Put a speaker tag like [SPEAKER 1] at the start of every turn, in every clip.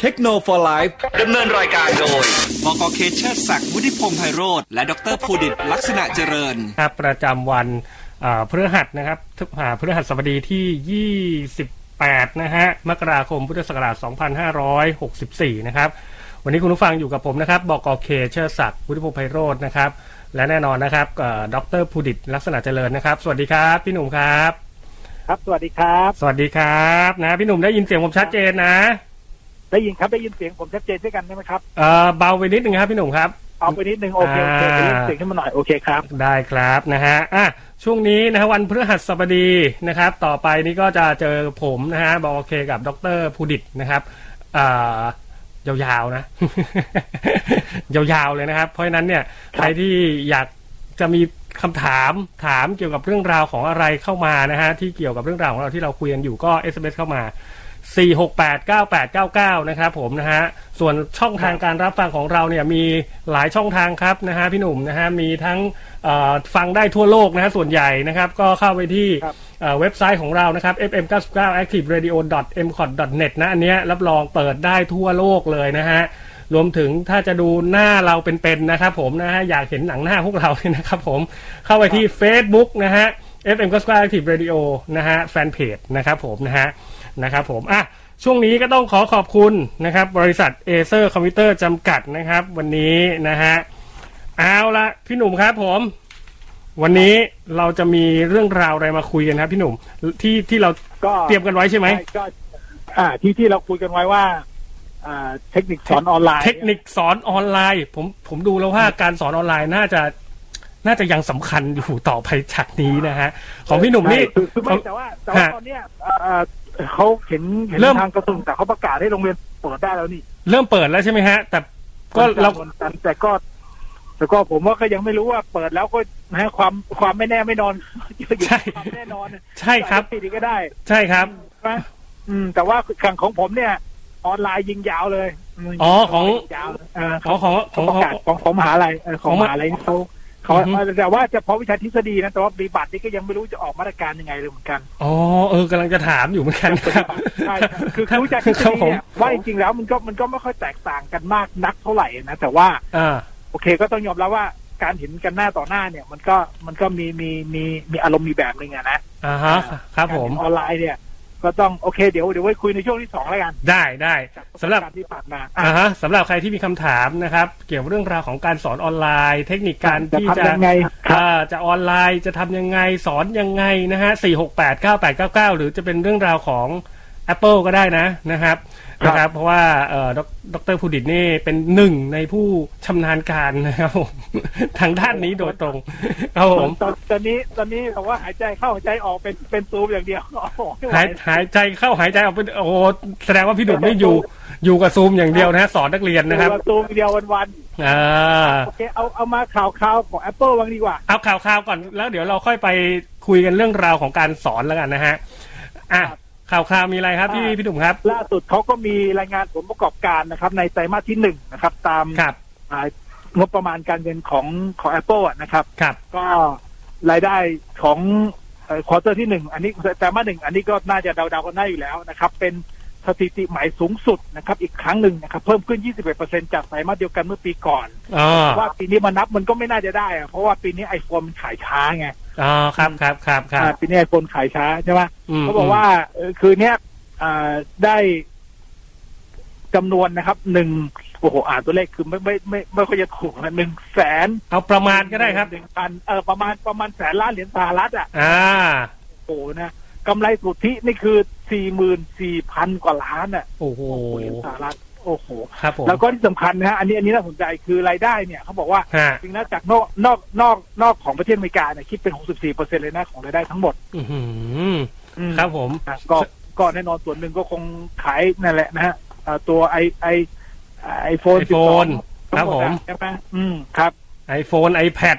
[SPEAKER 1] เทคโนโลยีไลฟ์
[SPEAKER 2] ดำเนินรายการโดย
[SPEAKER 3] บกเคเชอร์ศักดิ์วุฒิพงษ์ไพโรธและดรภูดิตลักษณะเจริญ
[SPEAKER 4] ครับประจำวันเอ่อพฤหัสนะครับทุกอ่าพฤหัสบดีที่ 28 นะฮะมกราคมพุทธศักราช 2564 นะครับ วันนี้คุณผู้ฟังอยู่กับผมนะครับบกเคเชอร์ศักดิ์วุฒิพงษ์ไพโรจน์นะครับ และแน่นอนนะครับเอ่อดรภูดิตลักษณะเจริญนะครับ สวัสดีครับ พี่หนุ่มครับ
[SPEAKER 5] ครับ สวัสดีครับ
[SPEAKER 4] สวัสดีครับนะพี่หนุ่มได้ยินเสียงผมชัดเจนนะ
[SPEAKER 5] ได้ยินครับได้ยินเสียงผมชัดเจนด้วยกันใช่ไหมครับ
[SPEAKER 4] เอ่อเบาไปนิดนึงครับพี่หนุ่มครับ
[SPEAKER 5] เอาไปนิดนึงโอเคโอเค
[SPEAKER 4] อ่า
[SPEAKER 5] ได้ยินเสียงขึ้นมาหน่อยโอเคครับ
[SPEAKER 4] ได้ครับนะฮะอ่ะช่วงนี้นะฮะวันพฤหัสบดีนะครับ ต่อไปนี้ก็จะเจอผมนะฮะบอกโอเคกับดรภูดิตนะครับอ่ายาวๆนะ ยาวๆเลยนะครับ เพราะฉะนั้นเนี่ยใครที่อยากจะมีคำถามถามเกี่ยวกับเรื่องราวของอะไรเข้ามานะฮะที่เกี่ยวกับเรื่องราวของเราที่เราคุยกันอยู่ก็ SMS เข้ามา 4689899 นะครับผมนะฮะ ส่วนช่องทางการรับฟังของเราเนี่ยมีหลายช่องทางครับนะฮะพี่หนุ่มนะฮะมีทั้งเอ่อฟังได้ทั่วโลกนะฮะส่วนใหญ่นะครับก็เข้าไปที่
[SPEAKER 5] ครับ
[SPEAKER 4] เอ่อเว็บไซต์ของเรานะครับ fm 9 9 active radio m c o t net นะอันเนี้ยรับรองเปิดได้ทั่วโลกเลยนะฮะ รวมถึงถ้าจะดูหน้าเราเป็นๆนะครับผมนะฮะอยากเห็นหนังหน้าพวกเราเนี่ยนะครับผมเข้าไปที่ Facebook นะฮะ FM ก็สกา Active Radio นะฮะแฟนเพจนะครับผมนะฮะนะครับผมอ่ะช่วงนี้ก็ต้องขอขอบคุณนะครับบริษัท a อเซอร์คอมพิวเตอร์จำกัดนะครับ วันนี้นะฮะเอาละพี่หนุ่มครับผม วันนี้เราจะมีเรื่องราวอะไรมาคุยกันครับพี่หนุ่มที่ที่เรา
[SPEAKER 5] ก็
[SPEAKER 4] เตรียมกันไว้ใช่ไหม
[SPEAKER 5] ก็อ่าที่ที่เราคุยกันไว้ว่า อ่า เทคนิคสอนออนไลน์
[SPEAKER 4] เทคนิคสอนออนไลน์ผมผมดูแล้วว่าการสอนออนไลน์น่าจะน่าจะยังสำคัญอยู่ต่อไปจากนี้นะฮะ ของพี่หนุ่มนี่
[SPEAKER 5] ใช่คือคือไม่แต่ว่าแต่ว่า
[SPEAKER 4] ฮะ
[SPEAKER 5] ตอนเนี้ยอ่าเขาเห็นเห็น
[SPEAKER 4] เริ่ม
[SPEAKER 5] ทางกระทรวงแต่เขาประกาศให้โรงเรียนเปิดได้แล้วนี่
[SPEAKER 4] เริ่มเปิดแล้วใช่ไหมฮะ แต่ก็
[SPEAKER 5] วันจันท
[SPEAKER 4] เรา
[SPEAKER 5] วันจันทร์แต่ก็แต่ก็ผมว่าก็ยังไม่รู้ว่าเปิดแล้วก็นะฮะความความไม่แน่ไม่นอนอยู่ที่ความแน่นอน
[SPEAKER 4] ใช่ครับ
[SPEAKER 5] อาจจะปิดอีกก็ได้
[SPEAKER 4] ใช่ครับ
[SPEAKER 5] ใช่ไหมอืม แต่ว่าแข่งของผมเนี่ย ออนไลน์ยิงยาวเลยม
[SPEAKER 4] อ๋อของ
[SPEAKER 5] ยิยาวเลยเออ
[SPEAKER 4] ของของข
[SPEAKER 5] เขา
[SPEAKER 4] อง
[SPEAKER 5] ประ
[SPEAKER 4] ของ
[SPEAKER 5] กาศของของมหาลัยเออของ
[SPEAKER 4] ของ
[SPEAKER 5] ม
[SPEAKER 4] ม
[SPEAKER 5] หาลัยเขาเขา
[SPEAKER 4] อือฮึ
[SPEAKER 5] แต่ว่าจะพาะวิชาทฤษฎีนะแต่ว่าปฏิบัตินี่ก็ยังไม่รู้จะออกมาตรการยังไงเลยเหมือนกัน
[SPEAKER 4] อ๋อเออกำลังจะถามอยู่เหมือนกันครับ
[SPEAKER 5] ใช่ครับคือคือวิชาทฤษ
[SPEAKER 4] ครับ
[SPEAKER 5] ฎี
[SPEAKER 4] ผม
[SPEAKER 5] เนี่ยว่าจริงๆแล้วมันก็มันก็ไม่ค่อยแตกต่างกันมากนักเท่าไหร่นะแต่ว่า
[SPEAKER 4] อ่า
[SPEAKER 5] โอเคก็ต้องยอมรับว่าการเห็นกันหน้าต่อหน้าเนี่ย มันก็มันก็มีมีมีมีอารมณ์มีแบบหนึ่งอะนะ
[SPEAKER 4] อ่าฮะ ครับผม
[SPEAKER 5] กาเห็นออนไลน์เนี่ย ก็ต้องโอเคเดี๋ยวเดี๋ยวไว้คุยในช่วงที่สองแล้วกัน
[SPEAKER 4] ได้ได้สำหรับ
[SPEAKER 5] จากประสกาณ์ที่ผ่านมา
[SPEAKER 4] อ่าฮะสำหรับใครที่มีคำถามนะครับ เกี่ยวกับเรื่องราวของการสอนออนไลน์ เทคนิคการที่
[SPEAKER 5] จะ
[SPEAKER 4] จะ
[SPEAKER 5] ทำยังไงครับ
[SPEAKER 4] อ่าจะออนไลน์จะทำยังไงสอนยังไงนะฮะสี่หกแปดเก้าแปดเก้าเก้าหรือจะเป็นเรื่องราวของ Apple ก็ได้นะนะครับนะครับ เพราะว่าเอ่อดอกดอกเตอรภูดิตนี่เป็นหนึ่งในผู้ชำนาญการนะครับผม ทางด้านนี้โดยตรงครับผม
[SPEAKER 5] ตอนตอนนี้ตอนนี้แต่ว่าหายใจเข้าหายใจออกเป็นเป็นซูมอย่างเดียว โอ้โไม่ไหว
[SPEAKER 4] หายหายใจเข้าหายใจออกไปโอ้โหแสดงว่าพี่ดุมนี่อยู่อยู่กับซูมอย่างเดียวนะฮะสอนนักเรียนนะครับ
[SPEAKER 5] ซูมอย่างเดียววัน
[SPEAKER 4] อ่า
[SPEAKER 5] ๆโอเคเอาเอามาข่าวข่าวของ Apple บ้างดีกว่า
[SPEAKER 4] เอาข่าวๆก่อนแล้วเดี๋ยวเราค่อยไปคุยกันเรื่องราวของการสอนแล้วกันนะฮะอ่ะข่าวคราวมีอะไรครับพี่
[SPEAKER 5] อ่า
[SPEAKER 4] พี่ดุมครับ
[SPEAKER 5] ล่าสุดเขาก็มีรายงานผลประกอบการนะครับ ในไตรมาสที่หนึ่งนะครับ ตาม
[SPEAKER 4] ครับ
[SPEAKER 5] อ่างบประมาณการเงินของของ Apple อะนะครับ
[SPEAKER 4] ครับ
[SPEAKER 5] ก็รายได้ของควอเตอร์ที่หนึ่งอันนี้ไตรมาสหนึ่งอันนี้ก็น่าจะเดาๆกันได้อยู่แล้วนะครับ เป็นสถิติใหม่สูงสุดนะครับ อีกครั้งหนึ่งนะครับ เพิ่มขึ้น 21%จากไตรมาสเดียวกันเมื่อปีก่อน
[SPEAKER 4] อ๋อ
[SPEAKER 5] ว่าปีนี้มานับมันก็ไม่น่าจะได้อะเพราะว่าปีนี้ไอโฟนมันขายช้าไง
[SPEAKER 4] อ๋อครับครับครับครับ
[SPEAKER 5] อ่าปีนี้ไอโฟนขายช้าใช่ไหม
[SPEAKER 4] ม
[SPEAKER 5] เขาบอกว่าเออคือเนี้ยอ่าได้จำนวนนะครับหนึ่งโอ้โหอ่านตัวเลขคือไม่ไม่ไม่ไม่ค่อยจะถูกนะหนึ่งแสน
[SPEAKER 4] เอาประมาณก็ได้ครับ
[SPEAKER 5] หนึ่งพันเออประมาณประมาณแสนล้านเหรียญสหรัฐอ่ะ
[SPEAKER 4] อ่า
[SPEAKER 5] โอ้โหนะกำไรสุทธินี่คือสี่หมื่นสี่พันกว่าล้านอ่ะ
[SPEAKER 4] โอ้โห
[SPEAKER 5] เหรียญสหรัฐโอ้โห
[SPEAKER 4] ครับผม
[SPEAKER 5] แล้วก็ที่สำคัญนะฮะอันนี้อันนี้น่าสนใจคือรายได้เนี่ยเขาบอกว่า
[SPEAKER 4] ฮะ
[SPEAKER 5] จริงนะจากนอกนอกนอกนอกของประเทศอเมริกาเนี่ยคิดเป็น 64เปอร์เซ็นเลยนะของรายได้ทั้งหมด
[SPEAKER 4] อื้อหือ
[SPEAKER 5] อืม
[SPEAKER 4] ครับผม
[SPEAKER 5] อ่ะก็ก็แน่นอนส่วนหนึ่งก็คงขายนั่นแหละนะฮะเอ่อตัวไอไอไอโฟน
[SPEAKER 4] iPhone ครับผม
[SPEAKER 5] ใช่ไหมอืมครับ
[SPEAKER 4] iPhone iPad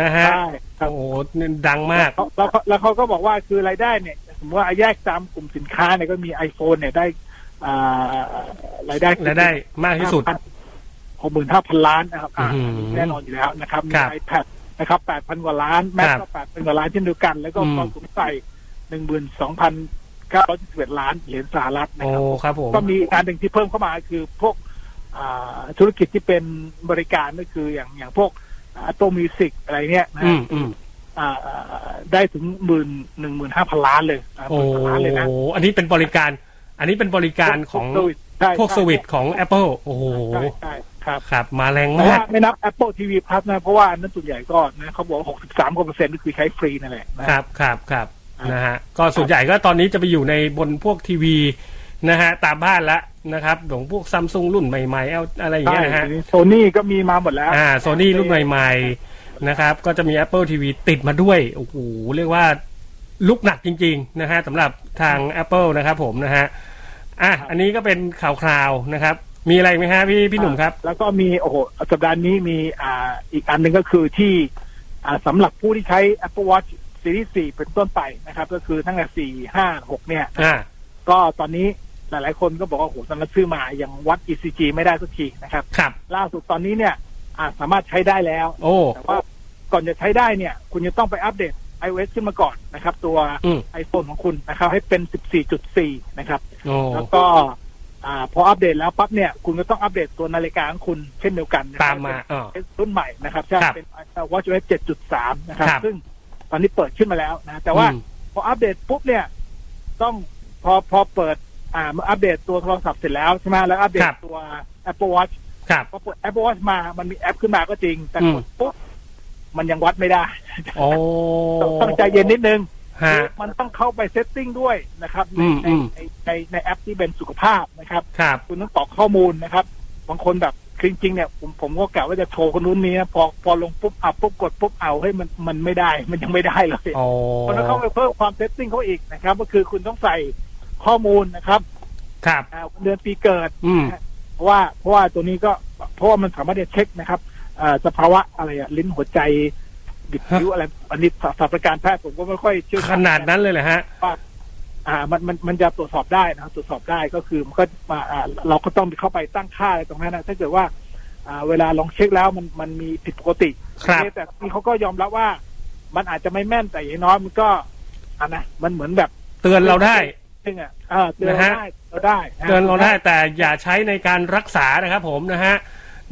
[SPEAKER 4] นะฮะ
[SPEAKER 5] ใช่ครับ
[SPEAKER 4] โอ้โหนี่ดังมาก
[SPEAKER 5] แล้วแล้วแล้วเขาก็บอกว่าคือรายได้เนี่ย สมมติว่าแยกตามกลุ่มสินค้าเนี่ยก็มี iPhone เนี่ยได้อ่ารายได้
[SPEAKER 4] และได้มากที่สุด
[SPEAKER 5] หกหมื่นห้าพันล้านนะครับอ่า
[SPEAKER 4] อื้อหือ
[SPEAKER 5] แน่นอนอยู่แล้วนะครับมี
[SPEAKER 4] ครับ
[SPEAKER 5] iPad นะครับแปดพันกว่าล้าน แม็ก
[SPEAKER 4] ครั
[SPEAKER 5] ก็
[SPEAKER 4] บ
[SPEAKER 5] แปดพันกว่าล้านเช่นเดียวกัน แล้วก็
[SPEAKER 4] อืม
[SPEAKER 5] กองทุนใส่หนึ่งหมื่นสองพัน 971 ล้านเหรียญสหรัฐนะ
[SPEAKER 4] โอ้
[SPEAKER 5] ครับ
[SPEAKER 4] ครับผม
[SPEAKER 5] ก็มีอีกอันหนึ่งที่เพิ่มเข้ามาคือพวกอ่าธุรกิจที่เป็นบริการก็คืออย่างอย่างพวกอัตโตมิวสิกอะไรเนี่ยนะ
[SPEAKER 4] อืมอืม
[SPEAKER 5] อ่าอ่าได้ถึงหมื่นหนึ่งหมื่นห้าพันล้านเลยนะห
[SPEAKER 4] โอ้
[SPEAKER 5] มื่นกว่าล้านเลยนะ
[SPEAKER 4] โหอันนี้เป็นบริการ อันนี้เป็นบริการของ
[SPEAKER 5] พวก service ใช่
[SPEAKER 4] พวกส
[SPEAKER 5] ใช่
[SPEAKER 4] วิตของ Apple โอ้โห
[SPEAKER 5] ใช่ใช่ครับ
[SPEAKER 4] ครับมาแรง
[SPEAKER 5] แต่
[SPEAKER 4] มาก
[SPEAKER 5] ว่าไม่นับ Apple TV Plus นะ เพราะว่าอันนั้นส่วนใหญ่ก็นะเขาบอกหกสิบสามกว่าเปอร์เซ็นต์ก็คือใช้ฟรีนั่นแหละนะ
[SPEAKER 4] ครับครับครับ
[SPEAKER 5] ครับ
[SPEAKER 4] นะฮะก็ส่วนใหญ่ก็ตอนนี้จะไปอยู่ในบนพวกทีวีนะฮะตามบ้านละนะครับของพวกซัมซุงรุ่นใหม่ๆเอาอะไรอย่าง
[SPEAKER 5] ใช่
[SPEAKER 4] เงี้ยนะฮะ
[SPEAKER 5] โซนี่ก็มีมาหมดแล้ว
[SPEAKER 4] อ่าโซนี่รุ่นใหม่ๆนะครับก็จะมี Apple TV ติดมาด้วยโอ้โหเรียกว่าลุกหนักจริงๆนะฮะสำหรับทาง Apple นะครับผมนะฮะอ่ะอันนี้ก็เป็นข่าวคราวนะครับ มีอะไรอีกไหมฮะพี่พี่หนุ่มครับ
[SPEAKER 5] แล้วก็มีโอ้โหสัปดาห์นี้มีอ่าอีกอันหนึ่งก็คือที่อ่าสำหรับผู้ที่ใช้ Apple Watch Series 4 เป็นต้นไปนะครับ ก็คือตั้งแต่ 4 5 6 เนี่ย
[SPEAKER 4] อ่า
[SPEAKER 5] ก็ตอนนี้หลายๆคนก็บอกว่าโอ้โหสำหรับซื้อมายังวัด ECG ไม่ได้สักทีนะครับ
[SPEAKER 4] ครับ
[SPEAKER 5] ล่าสุดตอนนี้เนี่ยอ่าสามารถใช้ได้แล้ว
[SPEAKER 4] โอ้
[SPEAKER 5] แต่ว่าก่อนจะใช้ได้เนี่ย คุณจะต้องไปอัปเดต iOS ขึ้นมาก่อนนะครับ ตัว
[SPEAKER 4] อืม
[SPEAKER 5] iPhone ของคุณนะครับ ให้เป็น 14.4 นะครับ
[SPEAKER 4] โอ้
[SPEAKER 5] แล้วก็อ่าพออัปเดตแล้วปั๊บเนี่ย คุณก็ต้องอัปเดตตัวนาฬิกาของคุณเช่นเดียวกันนะครับ
[SPEAKER 4] ตามมาอ่า
[SPEAKER 5] เป็นรุ่นใหม่นะครับใช่
[SPEAKER 4] ครับ
[SPEAKER 5] เป็น WatchOS 7.3 นะครับ
[SPEAKER 4] ครับ
[SPEAKER 5] ซึ่งตอนนี้เปิดขึ้นมาแล้วนะ แต่ว่า
[SPEAKER 4] อืม
[SPEAKER 5] พออัปเดตปุ๊บเนี่ย ต้องพอพอเปิดอ่าอัปเดตตัวโทรศัพท์เสร็จแล้วใช่ไหมแล้วอัปเดตตัว Apple Watch
[SPEAKER 4] ครับ
[SPEAKER 5] พอเปิด Apple Watch มามันมีแอปขึ้นมาก็จริง แต่
[SPEAKER 4] อื
[SPEAKER 5] ก
[SPEAKER 4] ม
[SPEAKER 5] ดปุ๊บมันยังวัดไม่ได้
[SPEAKER 4] โอ้
[SPEAKER 5] ต้องใจเย็นนิดนึง
[SPEAKER 4] ฮะ
[SPEAKER 5] มันต้องเข้าไปเซตติ้งด้วยนะครับใน
[SPEAKER 4] อืม
[SPEAKER 5] ใน
[SPEAKER 4] อืม
[SPEAKER 5] ในในในแอปที่เป็นสุขภาพนะครับ
[SPEAKER 4] ครับ
[SPEAKER 5] คุณต้องกรอกข้อมูลนะครับ บางคนแบบคือจริงๆเนี่ยผมผมก็กะว่าจะโชว์คนนู้นนี้นะพอพอลงปุ๊บอัพปุ๊บกดปุ๊บเอาให้ยมันมันไม่ได้ มันยังไม่ได้เลย
[SPEAKER 4] อ๋อ
[SPEAKER 5] คนต้องเข้าไปเพิ่มความเซตติ้งเขาอีกนะครับ ก็คือคุณต้องใส่ข้อมูลนะครับ
[SPEAKER 4] ครับ
[SPEAKER 5] อ่าเดือนปีเกิด
[SPEAKER 4] อืม
[SPEAKER 5] เพราะว่าเพราะว่าตัวนี้ก็เพราะว่ามันสามารถจะเช็คนะครับอ่าสภาวะอะไรอะลิ้นหัวใจบิดคิ้วอะไรอันนี้ศาสตราการแพทย์ผมก็ไม่ค่อยเชี่ยวช
[SPEAKER 4] ข
[SPEAKER 5] ญ
[SPEAKER 4] นาดนั้นเลยเหรอฮะ
[SPEAKER 5] อ่ามันมันมันจะตรวจสอบได้นะครับตรวจสอบได้ก็คือมันก็มาอ่าเราก็ต้องเข้าไปตั้งค่าอะไรตรงนั้นนะถ้าเกิดว่าอ่าเวลาลองเช็คแล้วมันมันมีผิดปกติ
[SPEAKER 4] ครับ
[SPEAKER 5] แต่ที่เขาก็ยอมรับว่า มันอาจจะไม่แม่นแต่อย่างน้อยมันก็อ่านะมันเหมือนแบบ
[SPEAKER 4] เตือนเราได้
[SPEAKER 5] นึงอ่ะอ่าเตือนเราได้เราได้ะ
[SPEAKER 4] เตือนเราได้แต่อย่าใช้ในการรักษานะครับผมนะฮะ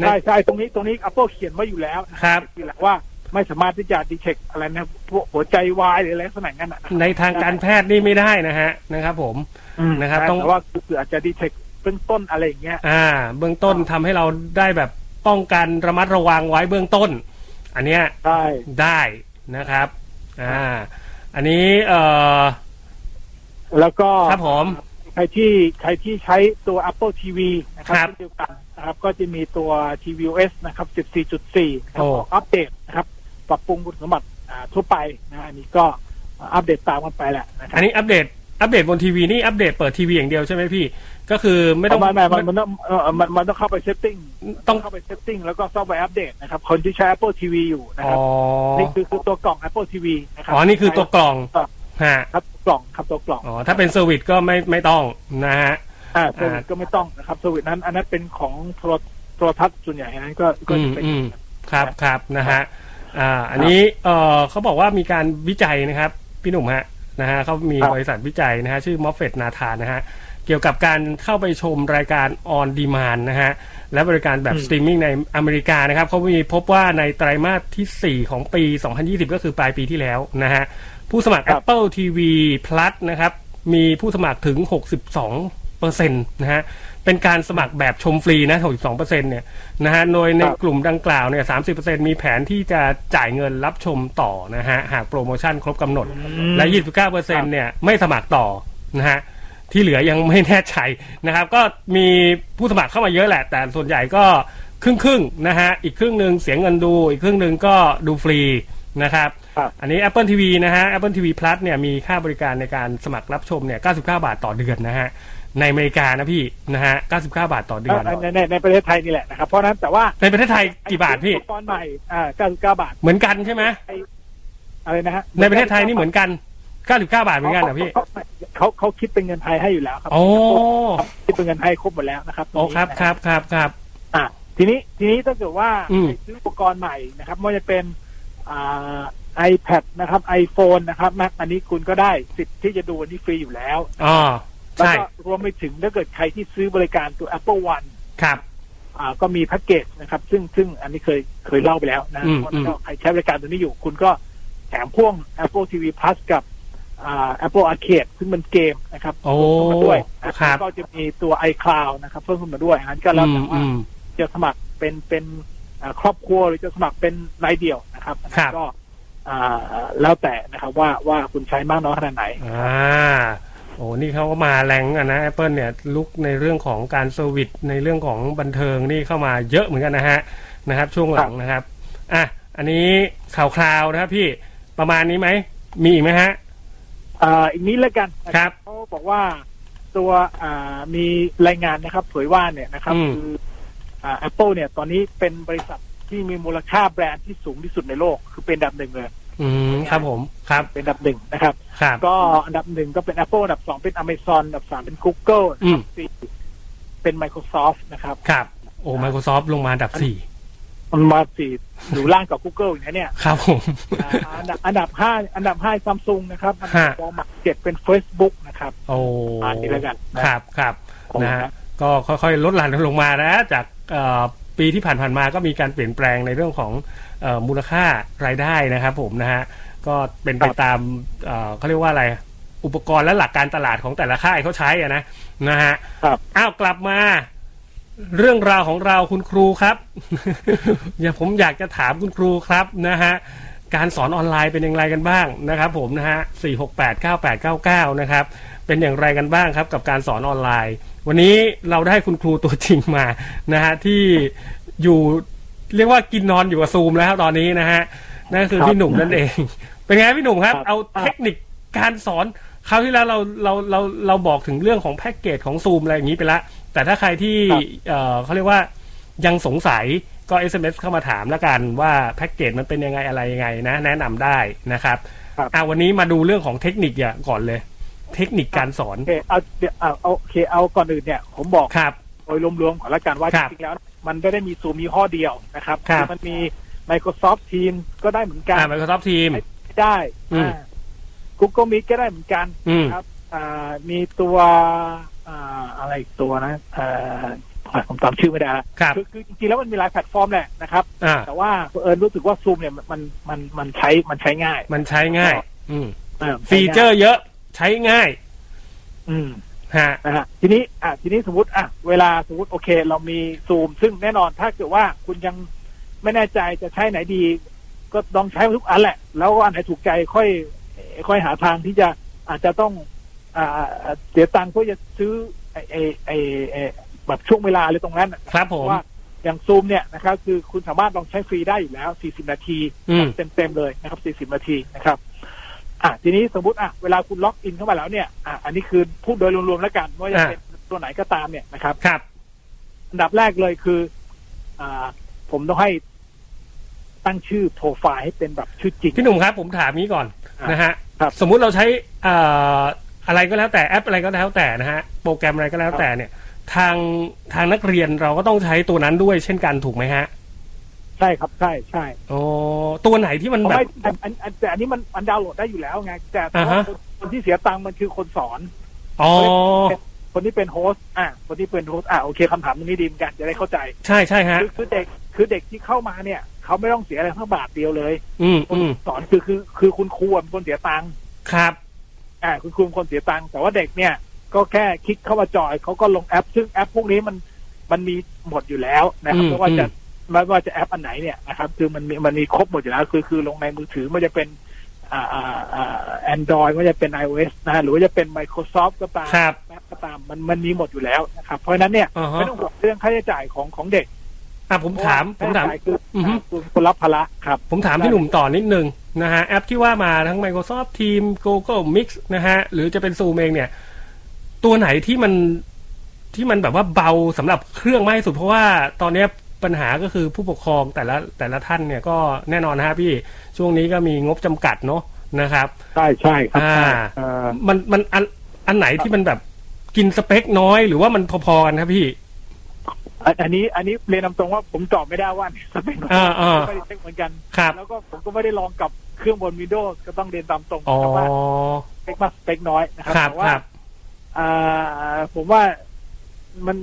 [SPEAKER 4] นะ
[SPEAKER 5] ใช่ใช่ตรงนี้ตรงนี้ Apple เขียนไว้อยู่แล้วนะครับ อยู่แล้วว่าไม่สามารถที่จะดีเทคอะไรนะพวกหัวใจวายหรืออะไรลักษณะนั้นอ่ะ
[SPEAKER 4] ในทางการแพทย์นี่ไม่ได้นะฮะนะครับผม นะครับ
[SPEAKER 5] ใช่
[SPEAKER 4] ต้อง
[SPEAKER 5] แต่ว่าคืออาจจะดีเทคเบื้องต้นอะไรอย่างเงี้ย
[SPEAKER 4] อ่า เบื้องต้นทำให้เราได้แบบป้องกันระมัดระวังไว้เบื้องต้น อันเนี้ย
[SPEAKER 5] ใช่
[SPEAKER 4] ได้นะครับ อ่า อันนี้เอ่อ
[SPEAKER 5] แล้วก็
[SPEAKER 4] ครับผม
[SPEAKER 5] ใครที่ใครที่ใช้ตัว Apple TV นะครั
[SPEAKER 4] ครับ
[SPEAKER 5] เช่นเดียวกันนะครับ ก็จะมีตัว tvOS นะครับ 14.4นะครับอ
[SPEAKER 4] โอ้
[SPEAKER 5] อกอัปเดตนะครับ ปรับปรุงคุณสมบัติอ่าทั่วไปนะอันนี้ก็อัปเดตตามกันไปแหละนะครับ
[SPEAKER 4] อันนี้อัปเดต อัปเดตบนทีวีนี่อัปเดตเปิดทีวีอย่างเดียวใช่ไหมพี่ ก็คือไม่ต้อง
[SPEAKER 5] ไม่ไม่มันมันต้องเอ่อมันมันต้องเข้าไปเซตติ้ง
[SPEAKER 4] ต้อง
[SPEAKER 5] เข้าไปเซตติ้งแล้วก็ซอฟต์แวร์อัปเดตนะครับ คนที่ใช้ Apple TV อยู่นะค
[SPEAKER 4] อ๋
[SPEAKER 5] รับ
[SPEAKER 4] อ
[SPEAKER 5] นี่คือคือตัวกล่อง Apple TV นะครั
[SPEAKER 4] อ๋อ นี่คือตัวกล่อง ฮะ
[SPEAKER 5] ครับตัวกล่องครับตัวกล่อง
[SPEAKER 4] อ๋อ ถ้าเป็นเซอร์วิสก็ไม่ไม่ต้องนะฮะ
[SPEAKER 5] อ่าสวิตช์ก็ไม่ต้องนะครับสวิตช์นั้น อันนั้นเป็นของโทรโทรทัศน์ส่วนใหญ่อันนั้นก็ก็
[SPEAKER 4] อื
[SPEAKER 5] จะ
[SPEAKER 4] ม
[SPEAKER 5] เป็น
[SPEAKER 4] อืมครับครับนะฮะอ่าอันนี้เออเขาบอกว่ามีการวิจัยนะครับ พี่หนุ่มฮะนะฮะเขามี
[SPEAKER 5] ครับ
[SPEAKER 4] บริษัทวิจัยนะฮะชื่อมอฟเฟตนาธานนะฮะเกี่ยวกับการเข้าไปชมรายการออนดีมานนะฮะและบริการแบบสตรีมมิ่งในอเมริกานะครับเขามีพบว่าในไตรมาสทีสี่ 4 ของปี 2020 ก็คือปลายปีที่แล้วนะฮะผู้สมัคร
[SPEAKER 5] ครับ
[SPEAKER 4] Apple TV Plus นะครับมีผู้สมัครถึง 62เปอร์เซ็นต์นะฮะเป็นการสมัครแบบชมฟรีนะ 62เปอร์เซ็นต์เนี่ยนะฮะโดยใน
[SPEAKER 5] ครับ
[SPEAKER 4] กลุ่มดังกล่าวเนี่ย 30เปอร์เซ็นต์มีแผนที่จะจ่ายเงินรับชมต่อนะฮะ หากโปรโมชั่นครบกำหนด และ 29เปอร์เซ็นต์เนี่ย ไม่สมัครต่อนะฮะ ที่เหลือยังไม่แน่ใจนะครับ ก็มีผู้สมัครเข้ามาเยอะแหละ แต่ส่วนใหญ่ก็ครึ่งครึ่งๆนะฮะ อีกครึ่งหนึ่งเสียเงินดู อีกครึ่งหนึ่งก็ดูฟรีนะครับ
[SPEAKER 5] ครับ
[SPEAKER 4] อันนี้ Apple TV นะฮะ Apple TV Plus เนี่ยมีค่าบริการในการสมัครรับชมเนี่ย 99 บาทต่อเดือนนะฮะ ในอเมริกานะพี่นะฮะ 99 บาทต่อเดือน
[SPEAKER 5] ในในในประเทศไทยนี่แหละนะครับ เพราะฉะนั้นแต่ว่า
[SPEAKER 4] ในประเทศไทยกี่บาทพี่
[SPEAKER 5] ตอนใหม่อ่า99 บาท
[SPEAKER 4] เหมือนกันใช่ไหม
[SPEAKER 5] ไอ้อะไรนะฮะ
[SPEAKER 4] ในประเทศไทยนี่เหมือนกัน 99 บาทเหมือนกันเหรอพี่
[SPEAKER 5] เขาเขาเขาคิดเป็นเงินไทยให้อยู่แล้วครั
[SPEAKER 4] โอ้
[SPEAKER 5] ครับคิดเป็นเงินไทยครบหมดแล้วนะครับ
[SPEAKER 4] โอ้ครับครับครับครับ
[SPEAKER 5] อ่าทีนี้ทีนี้ถ้าเกิดว่า
[SPEAKER 4] อืม
[SPEAKER 5] ไปซื้ออุปกรณ์ใหม่นะครับไม่ว่าจะเป็นอ่า iPad นะครับ iPhone นะครับ Mac อันนี้คุณก็ได้สิทธิ์ที่จะดูอันนี้ฟรีอยู่แล้ว
[SPEAKER 4] อ๋อ
[SPEAKER 5] แล้ว
[SPEAKER 4] ใช่
[SPEAKER 5] ก็รวมไปถึงถ้าเกิดใครที่ซื้อบริการตัว Apple One
[SPEAKER 4] ครับ
[SPEAKER 5] อ่าก็มีแพ็กเกจนะครับ ซึ่งซึ่งอันนี้เคยเคยเล่าไปแล้วนะ
[SPEAKER 4] อืม
[SPEAKER 5] ว่า
[SPEAKER 4] อืม
[SPEAKER 5] ก็ใครใช้บริการตัวนี้อยู่ คุณก็แถมพ่วง Apple TV Plus กับอ่า Apple Arcade ซึ่งเป็นเกมนะครับ
[SPEAKER 4] โอ้
[SPEAKER 5] เพิ่มเข้ามาด้วยนะครับ แล้วก็จะมีตัว iCloud นะครับเพิ่มขึ้นมาด้วยอันนั้นก็แล้ว
[SPEAKER 4] อื
[SPEAKER 5] แต่
[SPEAKER 4] ม
[SPEAKER 5] ว่า
[SPEAKER 4] อืม
[SPEAKER 5] จะสมัครเป็นเป็นอ่าครอบครัวหรือจะสมัครเป็นรายเดี่ยวนะครับอัน
[SPEAKER 4] ครั
[SPEAKER 5] นั้
[SPEAKER 4] บ
[SPEAKER 5] นก็อ่าแล้วแต่นะครับว่าว่าคุณใช้มากน้อยขนาดไหน
[SPEAKER 4] อ่าโอ้นี่เขาก็มาแรงอ่ะนะ Apple เนี่ยลุกในเรื่องของการเซอร์วิสในเรื่องของบันเทิงนี่เข้ามาเยอะเหมือนกันนะฮะนะครับ ช่วงหลังนะครับอ่ะอันนี้ข่าวคราวนะครับพี่ประมาณนี้ไหม มีอีกไหมฮะ
[SPEAKER 5] อ่าอีกนิดละกันนะครับ เขาบอกว่าตัวอ่ามีรายงานนะครับเผยว่าเนี่ยนะครับ
[SPEAKER 4] อืม
[SPEAKER 5] คืออ่า Apple เนี่ยตอนนี้เป็นบริษัทที่มีมูลค่าแบรนด์ที่สูงที่สุดในโลก คือเป็นอันดับหนึ่งเลย
[SPEAKER 4] อืมครับผมครับ
[SPEAKER 5] เป็นอันดับหนึ่งนะครับ
[SPEAKER 4] ครับ
[SPEAKER 5] ก็อันดับหนึ่งก็เป็น Apple อันดับสองเป็น Amazon อันดับสามเป็น Google อัน
[SPEAKER 4] อืม
[SPEAKER 5] ดับสี่เป็น Microsoft นะครับ
[SPEAKER 4] ครับ โอ้ Microsoft ลงมาอันดับสี่
[SPEAKER 5] มันมาสี่อยู่ล่างกับ Google อย่างนี้เนี่ย
[SPEAKER 4] ครับผม
[SPEAKER 5] อ่าอันดับอันดับห้าอันดับห้าซัมซุงนะครับอันดับ
[SPEAKER 4] ฮะ
[SPEAKER 5] สองมาเจ็ดเป็น Facebook นะครับ
[SPEAKER 4] โอ้
[SPEAKER 5] อ่าอันนี้ละกันนะ
[SPEAKER 4] ครับครับ
[SPEAKER 5] ผม
[SPEAKER 4] นะ
[SPEAKER 5] ครั
[SPEAKER 4] ฮะ
[SPEAKER 5] บ
[SPEAKER 4] ก็ค่อยๆ ลดหลั่นลงมานะ จากเอ่อปีที่ผ่านๆมาก็มีการเปลี่ยนแปลงในเรื่องของเอ่อมูลค่ารายได้นะครับผมนะฮะก็เป็นไปตามเอ่อเขาเรียกว่าอะไร อุปกรณ์และหลักการตลาดของแต่ละค่ายเขาใช้อะนะนะฮะ
[SPEAKER 5] ครับ
[SPEAKER 4] อ้าวกลับมา เรื่องราวของเราคุณครูครับ อย่าผมอยากจะถามคุณครูครับนะฮะการสอนออนไลน์เป็นอย่างไรกันบ้างนะครับผมนะฮะสี่หกแปดเก้าแปดเก้าเก้านะครับ เป็นอย่างไรกันบ้างครับ กับการสอนออนไลน์ วันนี้เราได้คุณครูตัวจริงมานะฮะที่อยู่เรียกว่ากินนอนอยู่กับซูมแล้วครับตอนนี้นะฮะนั่นคือ
[SPEAKER 5] ครับ
[SPEAKER 4] พี่หนุ่มนั่นเอง เป็นไงพี่หนุ่มครับ
[SPEAKER 5] ครับ
[SPEAKER 4] เอาเทคนิคการสอนคราวที่แล้วเราเราเราเราบอกถึงเรื่องของแพ็กเกจของซูมอะไรอย่างนี้ไปละ แต่ถ้าใครที่
[SPEAKER 5] ครับ
[SPEAKER 4] เอ่อเขาเรียกว่ายังสงสัยก็ SMS เข้ามาถามแล้วกันว่าแพ็กเกจมันเป็นยังไงอะไรยังไงนะ แนะนำได้นะครับ
[SPEAKER 5] ครับ
[SPEAKER 4] อ่ะวันนี้มาดูเรื่องของเทคนิคอย่าก่อนเลย เทคนิคการสอน
[SPEAKER 5] โอเคเอาเดี๋ยวเอาเอาโอเคเอาก่อนอื่นเนี่ย ผมบอก
[SPEAKER 4] ครับ
[SPEAKER 5] โดยรวมๆก่อนละกันว่า
[SPEAKER 4] ครับ
[SPEAKER 5] จริงๆแล้ว มันไม่ได้มีซูมยี่ห้อเดียวนะครับ
[SPEAKER 4] ครับ
[SPEAKER 5] อมันมี Microsoft Teams ก็ได้เหมือนกัน
[SPEAKER 4] อ่า Microsoft Team
[SPEAKER 5] ได้
[SPEAKER 4] อืม
[SPEAKER 5] อ่า Google Meet ก็ได้เหมือนกัน
[SPEAKER 4] อืม
[SPEAKER 5] ครับ อ่ามีตัวอ่าอะไรอีกตัวนะอ่าผมจำชื่อไม่ได้ละ
[SPEAKER 4] ครับ
[SPEAKER 5] คือคือจริงๆแล้วมันมีหลายแพลตฟอร์มแหละนะครับ
[SPEAKER 4] อ่า
[SPEAKER 5] แต่ว่าเอิญรู้สึกว่าซูมเนี่ยมันมันมันใช้มันใช้ง่าย
[SPEAKER 4] มันใช้ง่าย อืม
[SPEAKER 5] อ่าใช้
[SPEAKER 4] ฟี
[SPEAKER 5] ง่าย
[SPEAKER 4] เจอร์เยอะใช้ง่าย
[SPEAKER 5] อืม
[SPEAKER 4] ฮะ
[SPEAKER 5] นะฮะทีนี้อ่ะทีนี้สมมติอ่ะเวลาสมมติโอเค เรามีซูม ซึ่งแน่นอนถ้าเกิดว่าคุณยังไม่แน่ใจจะใช้ไหนดี ก็ลองใช้ทุกอันแหละ แล้วอันไหนถูกใจค่อย ค่อยหาทางที่จะอาจจะต้อง อ่าเสียตังค์เพื่อจะซื้อไอไอไอไอ้แบบช่วงเวลาอะไรตรงนั้นน่ะ
[SPEAKER 4] ครับผ
[SPEAKER 5] เพ
[SPEAKER 4] ม
[SPEAKER 5] ราะว่าอย่างซูมเนี่ยนะครับ คือคุณสามารถลองใช้ฟรีได้อยู่แล้ว 40 นาที
[SPEAKER 4] อืม
[SPEAKER 5] เต็มๆเลยนะครับ 40 นาทีนะครับ อ่ะทีนี้สมมติอ่ะเวลาคุณล็อกอินเข้ามาแล้วเนี่ย อ่ะอันนี้คือพูดโดยรวมๆแล้วกันไม่ว่าจะ
[SPEAKER 4] อ่ะ
[SPEAKER 5] เป็นตัวไหนก็ตามเนี่ยนะครับ
[SPEAKER 4] ครับ
[SPEAKER 5] อันดับแรกเลยคือ อ่า ผมต้องให้ตั้งชื่อโปรไฟล์ให้เป็นแบบชื่อจริง
[SPEAKER 4] พี่หนุ่มครับผมถามนี้ก่อน
[SPEAKER 5] อ่ะ
[SPEAKER 4] นะฮะ
[SPEAKER 5] ครับ
[SPEAKER 4] สมมุติเราใช้เอ่ออะไรก็แล้วแต่แอปอะไรก็แล้วแต่นะฮะโปรแกรมอะไรก็แล้วแต่เนี่ย ทางทางนักเรียนเราก็ต้องใช้ตัวนั้นด้วยเช่นกันถูกไหมฮะ
[SPEAKER 5] ใช่ครับใช่ใช่
[SPEAKER 4] โอ้ตัวไหนที่มัน
[SPEAKER 5] เพราะ
[SPEAKER 4] แบบ
[SPEAKER 5] ไม่แต่อันอันแต่อันนี้มันมันดาวน์โหลดได้อยู่แล้วไง แต่
[SPEAKER 4] อ่าฮะ
[SPEAKER 5] คนที่เสียตังค์มันคือคนสอน
[SPEAKER 4] อ๋อ
[SPEAKER 5] คนที่เป็นโฮสต์อ่ะคนที่เป็นโฮสต์อ่ะโอเคคำถามตรงนี้ดีเหมือนกันจะได้เข้าใจ
[SPEAKER 4] ใช่ใช่ฮะ
[SPEAKER 5] คือคือเด็กคือเด็กที่เข้ามาเนี่ย เขาไม่ต้องเสียอะไรเพิ่บาทเดียวเลย
[SPEAKER 4] อืม
[SPEAKER 5] คน
[SPEAKER 4] อืม
[SPEAKER 5] สอนคือคือคือคุณครูเป็นคนเสียตังค์
[SPEAKER 4] ครับ
[SPEAKER 5] อ่าคุณครูเป็นคนเสียตังค์แต่ว่าเด็กเนี่ย ก็แค่คลิกเข้ามาจอยเขาก็ลงแอป ซึ่งแอปพวกนี้มันมันมีหมดอยู่แล้วนะครับ
[SPEAKER 4] อืม
[SPEAKER 5] ไม่ว่าจะ
[SPEAKER 4] อืม
[SPEAKER 5] ไม่ว่าจะแอปอันไหนเนี่ยนะครับคือมันมีมันมีครบหมดอยู่แล้ว คือคือลงในมือถือไมันจะเป็นอ่าอ่าอ่าแอนดรอยก็จะเป็น iOS นะฮะหรือว่าจะเป็น Microsoft ก็ตาม
[SPEAKER 4] ครับ
[SPEAKER 5] แอปก็ตามมันมันมีหมดอยู่แล้วนะครับเพราะฉะนั้นเนี่ย
[SPEAKER 4] อ่าฮะ
[SPEAKER 5] ไม่ต้องห่วงเรื่องค่าใช้จ่ายของของเด็ก
[SPEAKER 4] อ่ะผมถามผมถาม
[SPEAKER 5] ค่ใช้จ่ยคืออ
[SPEAKER 4] อฮึ
[SPEAKER 5] คุณคุณรับภาระครับ
[SPEAKER 4] ผมถามพี่หนุ่มต่อนิดนึงนะฮะแอปที่ว่ามาทั้ง Microsoft Teams Google Mix นะฮะหรือจะเป็น Zoom เองเนี่ย ตัวไหนที่มันที่มันแบบว่าเบาสำหรับเครื่องมากที่สุด เพราะว่าตอนเนี้ยปัญหาก็คือผู้ปกครองแต่ละแต่ละท่านเนี่ยก็แน่นอนนะฮะพี่ช่วงนี้ก็มีงบจำกัดเนาะนะครับ
[SPEAKER 5] ใช่ใช่ครับใช่
[SPEAKER 4] อ่า
[SPEAKER 5] เอ่อ
[SPEAKER 4] มันมันอันอันไหนที่มันแบบกินสเปคน้อยหรือว่ามันพอๆกันครับพี่
[SPEAKER 5] อันอันนี้อันนี้เรียนตามตรงว่าผมตอบไม่ได้ว่าเนี่ยจะเป็น
[SPEAKER 4] อ่าอ่า
[SPEAKER 5] ไม่ได้เช็คเหมือนกัน
[SPEAKER 4] ครับ
[SPEAKER 5] แล้วก็ผมก็ไม่ได้ลองกับ เครื่องบน Windows ก็ต้องเรียนตามตรง
[SPEAKER 4] อ๋อ
[SPEAKER 5] นะครับว่าสเปคมากสเปคน้อยนะครั
[SPEAKER 4] ครับ
[SPEAKER 5] แต่
[SPEAKER 4] ค
[SPEAKER 5] ว่า
[SPEAKER 4] รับ
[SPEAKER 5] อ่าผมว่ามัน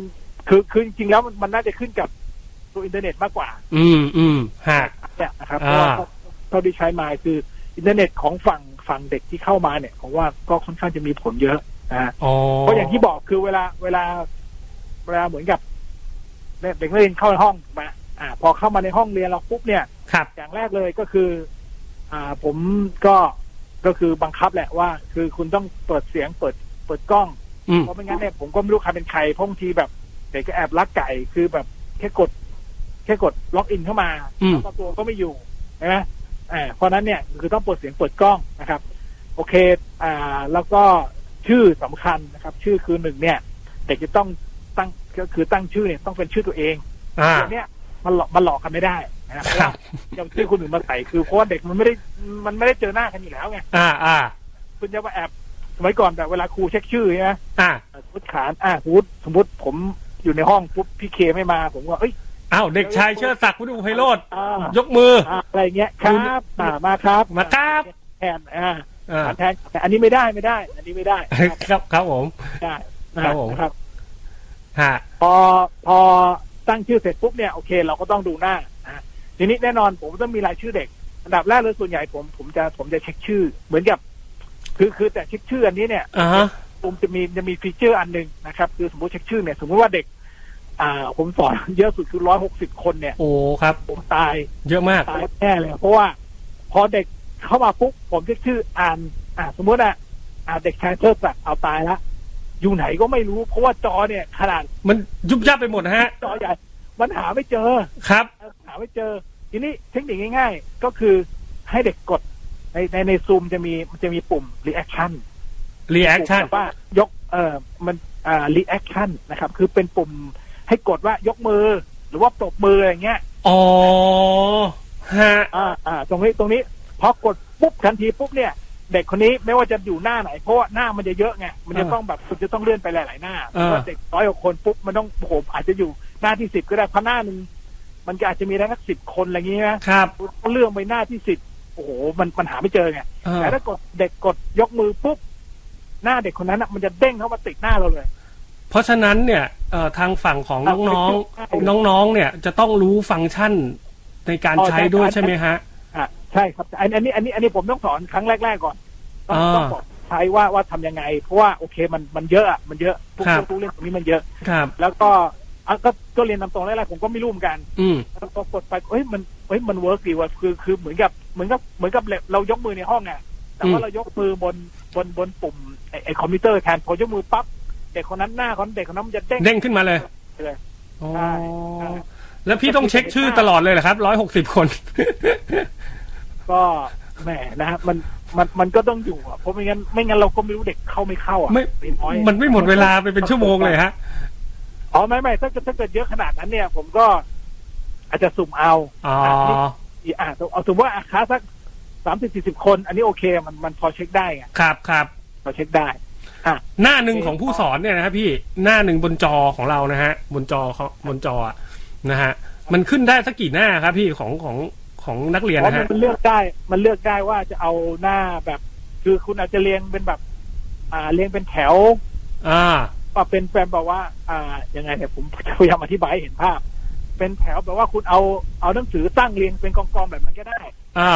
[SPEAKER 5] คือคือจริงๆแล้วมันมันน่าจะขึ้นกับตัวอินเทอร์เน็ตมากกว่า
[SPEAKER 4] อืมอืมฮะ
[SPEAKER 5] เนี่ยนะครับเพ
[SPEAKER 4] อ่า
[SPEAKER 5] ราะว่าเท่าที่ใช้มาคืออินเทอร์เน็ตของฝั่งฝั่งเด็กที่เข้ามาเนี่ยผมว่าก็ค่อนข้างจะมีผลเยอะนะฮะ
[SPEAKER 4] อ๋อ
[SPEAKER 5] เพราะอย่างที่บอกคือเวลาเวลาเวลาเหมือนกับเด็กนักเรียนเข้าห้องถูกไหมาอ่า พอเข้ามาในห้องเรียนเราปุ๊บเนี่ย
[SPEAKER 4] ครับ
[SPEAKER 5] อย่างแรกเลยก็คือ อ่าผมก็ก็คือบังคับแหละว่า คือคุณต้องเปิดเสียงเปิดเปิดกล้อง
[SPEAKER 4] อืม
[SPEAKER 5] เพราะไม่งั้นเนี่ยผมก็ไม่รู้ใครเป็นใครเพราะบางทีแบบเด็กก็แอบลักไก่คือแบบแค่กด แค่กดล็อกอินเข้ามา
[SPEAKER 4] อืม
[SPEAKER 5] แล้วก็ตัวก็ไม่อยู่ใช่ไหมอ่าเพราะฉะนั้นเนี่ยคือต้องเปิดเสียงเปิดกล้องนะครับ โอเค อ่า แล้วก็ชื่อสำคัญนะครับ ชื่อคือหนึ่งเนี่ย เด็กจะต้องตั้งก็คือตั้งชื่อเนี่ยต้องเป็นชื่อตัวเอง
[SPEAKER 4] อ่า
[SPEAKER 5] ตัวเนี้ยมันหลอกมันหลอกกันไม่ได้นะครับเพราะ
[SPEAKER 4] ครั
[SPEAKER 5] ว่า
[SPEAKER 4] บ
[SPEAKER 5] อย่างที่คุณหนึ่งมาใส่คือเพราะว่าเด็กมันไม่ได้มันไม่ได้เจอหน้ากันอยู่แล้วไง
[SPEAKER 4] อ่าอ่า
[SPEAKER 5] คุณจะมาแอบสมัยก่อนแบบเวลาครูเช็คชื่อใช่ไหม
[SPEAKER 4] อ่า
[SPEAKER 5] สมมติขานอ่าสมมติสมมติผมอยู่ในห้องปุ๊บพี่เคไม่มาผมก็เอ้ย
[SPEAKER 4] อ้าวเด็กชายเชิดศักดิ์พุทธวงศ์ไพโรธ
[SPEAKER 5] อ่าย
[SPEAKER 4] กมือ
[SPEAKER 5] อ่าอะไรเงี้ยครับอ่ามาครับ
[SPEAKER 4] มาครับ
[SPEAKER 5] แทนอ่า
[SPEAKER 4] อ่า
[SPEAKER 5] แทนแต่อันนี้ไม่ได้ไม่ได้ อันนี้ไม่ได้นะครับ
[SPEAKER 4] ครับครับผม
[SPEAKER 5] ได้นะครับ
[SPEAKER 4] ผม
[SPEAKER 5] นะครับ
[SPEAKER 4] ฮะ
[SPEAKER 5] พอพอตั้งชื่อเสร็จปุ๊บเนี่ยโอเค เราก็ต้องดูหน้านะทีนี้แน่นอนผมต้องมีรายชื่อเด็ก อันดับแรกเลยส่วนใหญ่ผมผมจะผมจะเช็คชื่อ เหมือนกับ คือคือแต่เช็คชื่ออันนี้เนี่ย
[SPEAKER 4] อ่าฮะ
[SPEAKER 5] ผมจะมีจะมีฟีเจอร์อันหนึ่งนะครับ คือสมมติเช็คชื่อเนี่ยสมมติว่าเด็ก อ่า ผมสอน เยอะสุดคือร้อยหกสิบคนเนี่ย
[SPEAKER 4] โอ้ครับ
[SPEAKER 5] ผมตาย
[SPEAKER 4] เยอะมาก
[SPEAKER 5] ตายแน่เลย เพราะว่า พอเด็กเข้ามาปุ๊บผมเช็คชื่ออ่าน อ่า สมมติอ่ะอ่าเด็กชายเทิดศักดิ์เอาตายละอยู่ไหนก็ไม่รู้เพราะว่าจอเนี่ยขนาด
[SPEAKER 4] มันยุบยับไปหมดนะฮะ
[SPEAKER 5] จอใหญ่ มันหาไม่เจอ
[SPEAKER 4] ครับ
[SPEAKER 5] หาไม่เจอ ทีนี้เทคนิคง่ายๆ ก็คือให้เด็กกด ในในในซูมจะมีมันจะมีปุ่ม reaction
[SPEAKER 4] รีแอคชั่น
[SPEAKER 5] ปุ่มแบบว่ายกเอ่อมันอ่า reaction นะครับ คือเป็นปุ่มให้กดว่ายกมือ หรือว่าปรบมืออะไรเงี้ย
[SPEAKER 4] อ๋อ ฮะ
[SPEAKER 5] อ่าอ่าตรงนี้ตรงนี้พอกดปุ๊บทันทีปุ๊บเนี่ย เด็กคนนี้ไม่ว่าจะอยู่หน้าไหน เพราะว่าหน้ามันจะเยอะไงมันจะ
[SPEAKER 4] อ่า
[SPEAKER 5] ต้องแบบคุณจะต้องเลื่อนไปหลาย ๆ หน้าเพ
[SPEAKER 4] อ่า
[SPEAKER 5] ราะว่าเด็กร้อยกว่าคนปุ๊บมันต้องโอ้โหอาจจะอยู่หน้าที่สิบก็ได้เพราะหน้าหนึ่งมันก็อาจจะมีได้สักสิบคนอะไรอย่างเงี้ยนะครับเลื่อนไปหน้าที่สิบโอ้โหมันมันหาไม่เจอไง
[SPEAKER 4] อ่า
[SPEAKER 5] แต่ถ้ากดเด็กกดยกมือปุ๊บหน้าเด็กคนนั้นน่ะมันจะเด้งเข้ามาติดหน้าเราเลย
[SPEAKER 4] เพราะฉะนั้นเนี่ยเอ่อทางฝั่งของน้องๆ น้องๆ เนี่ยจะต้องรู้ฟังก์ชันในการใช้ด้วยใช่ไหมฮะ
[SPEAKER 5] อ่ะใช่ครับอันอันนี้อันนี้อันนี้ผมต้องสอนครั้งแรก ๆ ก่อนต้อง
[SPEAKER 4] อ่า
[SPEAKER 5] ต้องบอกใช้ว่าว่าทำยังไง เพราะว่าโอเคมันมันเยอะอะมันเยอะทุก
[SPEAKER 4] ครับ
[SPEAKER 5] ทุกเรื่องตรงนี้มันเยอะ
[SPEAKER 4] ครับ
[SPEAKER 5] แล้วก็อ่ะก็ก็เรียนตามตรงแรกๆผมก็ไม่รู้เหมือนกัน
[SPEAKER 4] อืม
[SPEAKER 5] แล้วก็กดไปเฮ้ยมันเฮ้ยมันเวิร์กดีว่ะคือคือเหมือนกับเหมือนกับเหมือนกับเรายกมือในห้องไงแต่
[SPEAKER 4] อื
[SPEAKER 5] ว่าม เรายกมือบนบนบนปุ่มไอ้ไอ้คอมพิวเตอร์แทนพอยกมือปั๊บเด็กคนนั้นหน้าคนเด็กคนนั้นมันจะเด้ง
[SPEAKER 4] เด้งขึ้นมาเลย
[SPEAKER 5] เลย
[SPEAKER 4] อ๋อ
[SPEAKER 5] ใช่ใช่
[SPEAKER 4] แล้วพี่ต้องเช็คชื่อตลอดเลยเหรอครับ ร้อยหกสิบคน
[SPEAKER 5] ก็แหมนะฮะมันมันมันก็ต้องอยู่อะเพราะไม่งั้นไม่งั้นเราก็ไม่รู้เด็กเข้าไม่เข้าอ่ะ
[SPEAKER 4] ไม่
[SPEAKER 5] เป็อย
[SPEAKER 4] มันไม่หมดเวลาไปเป็นชั่วโมงเลยฮะ
[SPEAKER 5] อ๋อไม่ไม่ถ้าเกิดถ้าเกิดเยอะขนาดนั้นเนี่ย ผมก็อาจจะสุ่มเอา
[SPEAKER 4] อ๋อ
[SPEAKER 5] อีอ่าเอาสมมติว่าอาคาสักสามสิบสี่สิบคน อันนี้โอเคมันมันพอเช็คได้ไง
[SPEAKER 4] ครับครับ
[SPEAKER 5] พอเช็คได้
[SPEAKER 4] หน้าหนึ่งของผู้สอนเนี่ยนะครับพี่หน้าหนึ่งบนจอของเรานะฮะ บนจอเขาบนจออะนะฮะ มันขึ้นได้สักกี่หน้าครับพี่ของของของนักเรียน
[SPEAKER 5] เพราะ
[SPEAKER 4] นะ
[SPEAKER 5] มัน
[SPEAKER 4] ฮะ
[SPEAKER 5] มันเลือกได้มันเลือกได้ว่าจะเอาหน้าแบบ คือคุณอาจจะเรียงเป็นแบบ อ่าเรียงเป็นแถว
[SPEAKER 4] อ่า
[SPEAKER 5] ว่าเป็นแปลนแบบว่า อ่ายังไงเนี่ยผมพยายามอธิบายให้เห็นภาพ เป็นแถวแบบว่าคุณเอาเอาหนังสือตั้งเรียงเป็นกองๆแบบนั้นก็ได้
[SPEAKER 4] อ่า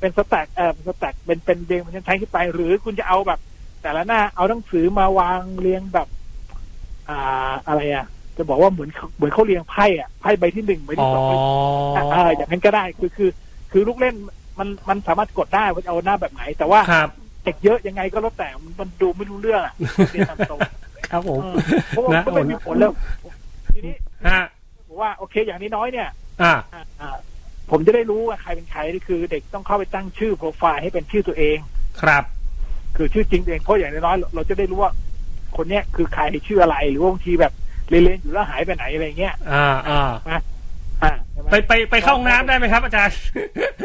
[SPEAKER 5] เป็นสแต็กเออเป็นสแต็กเป็นเป็นเรียงเป็นชั้นๆขึ้นไป หรือคุณจะเอาแบบ แต่ละหน้าเอาหนังสือมาวางเรียงแบบ อ่าอะไรอ่ะ จะบอกว่าเหมือนเหมือนเขาเรียงไพ่อ่ะไพ่ใบที่หนึ่งใบ
[SPEAKER 4] อ๋
[SPEAKER 5] ที่
[SPEAKER 4] อ
[SPEAKER 5] สองใบที่สามอ่าอย่างนั้นก็ได้คือคือ คือลูกเล่นมันมันสามารถกดได้ว่าจะเอาหน้าแบบไหน แต่ว่า
[SPEAKER 4] ครับ
[SPEAKER 5] เด็กเยอะยังไงก็แล้วแต่มันมันดูไม่รู้เรื่องอ่ะ เรียนตามตรง
[SPEAKER 4] ครับผม
[SPEAKER 5] เออเพราะว่า
[SPEAKER 4] นะ
[SPEAKER 5] มันไม่มีผลแล้วทีนี้
[SPEAKER 4] ฮะ
[SPEAKER 5] ผมว่าโอเค อย่างนี้น้อยเนี่ย
[SPEAKER 4] อ่า
[SPEAKER 5] อ่าอ่าผมจะได้รู้ว่าใครเป็นใครนี่คือ เด็กต้องเข้าไปตั้งชื่อโปรไฟล์ให้เป็นชื่อตัวเอง
[SPEAKER 4] ครับ
[SPEAKER 5] คือชื่อจริงตัวเองเพราะอย่างน้อยๆเราเราจะได้รู้ว่า คนเนี้ยคือใครชื่ออะไรหรือว่าบางทีแบบเรียนๆอยู่แล้วหายไปไหนอะไรเงี้ย
[SPEAKER 4] อ่า อ่า
[SPEAKER 5] อ่าใช่หม
[SPEAKER 4] ไปไปไปเข้าห้องน้ำได้ไหมครับอาจารย์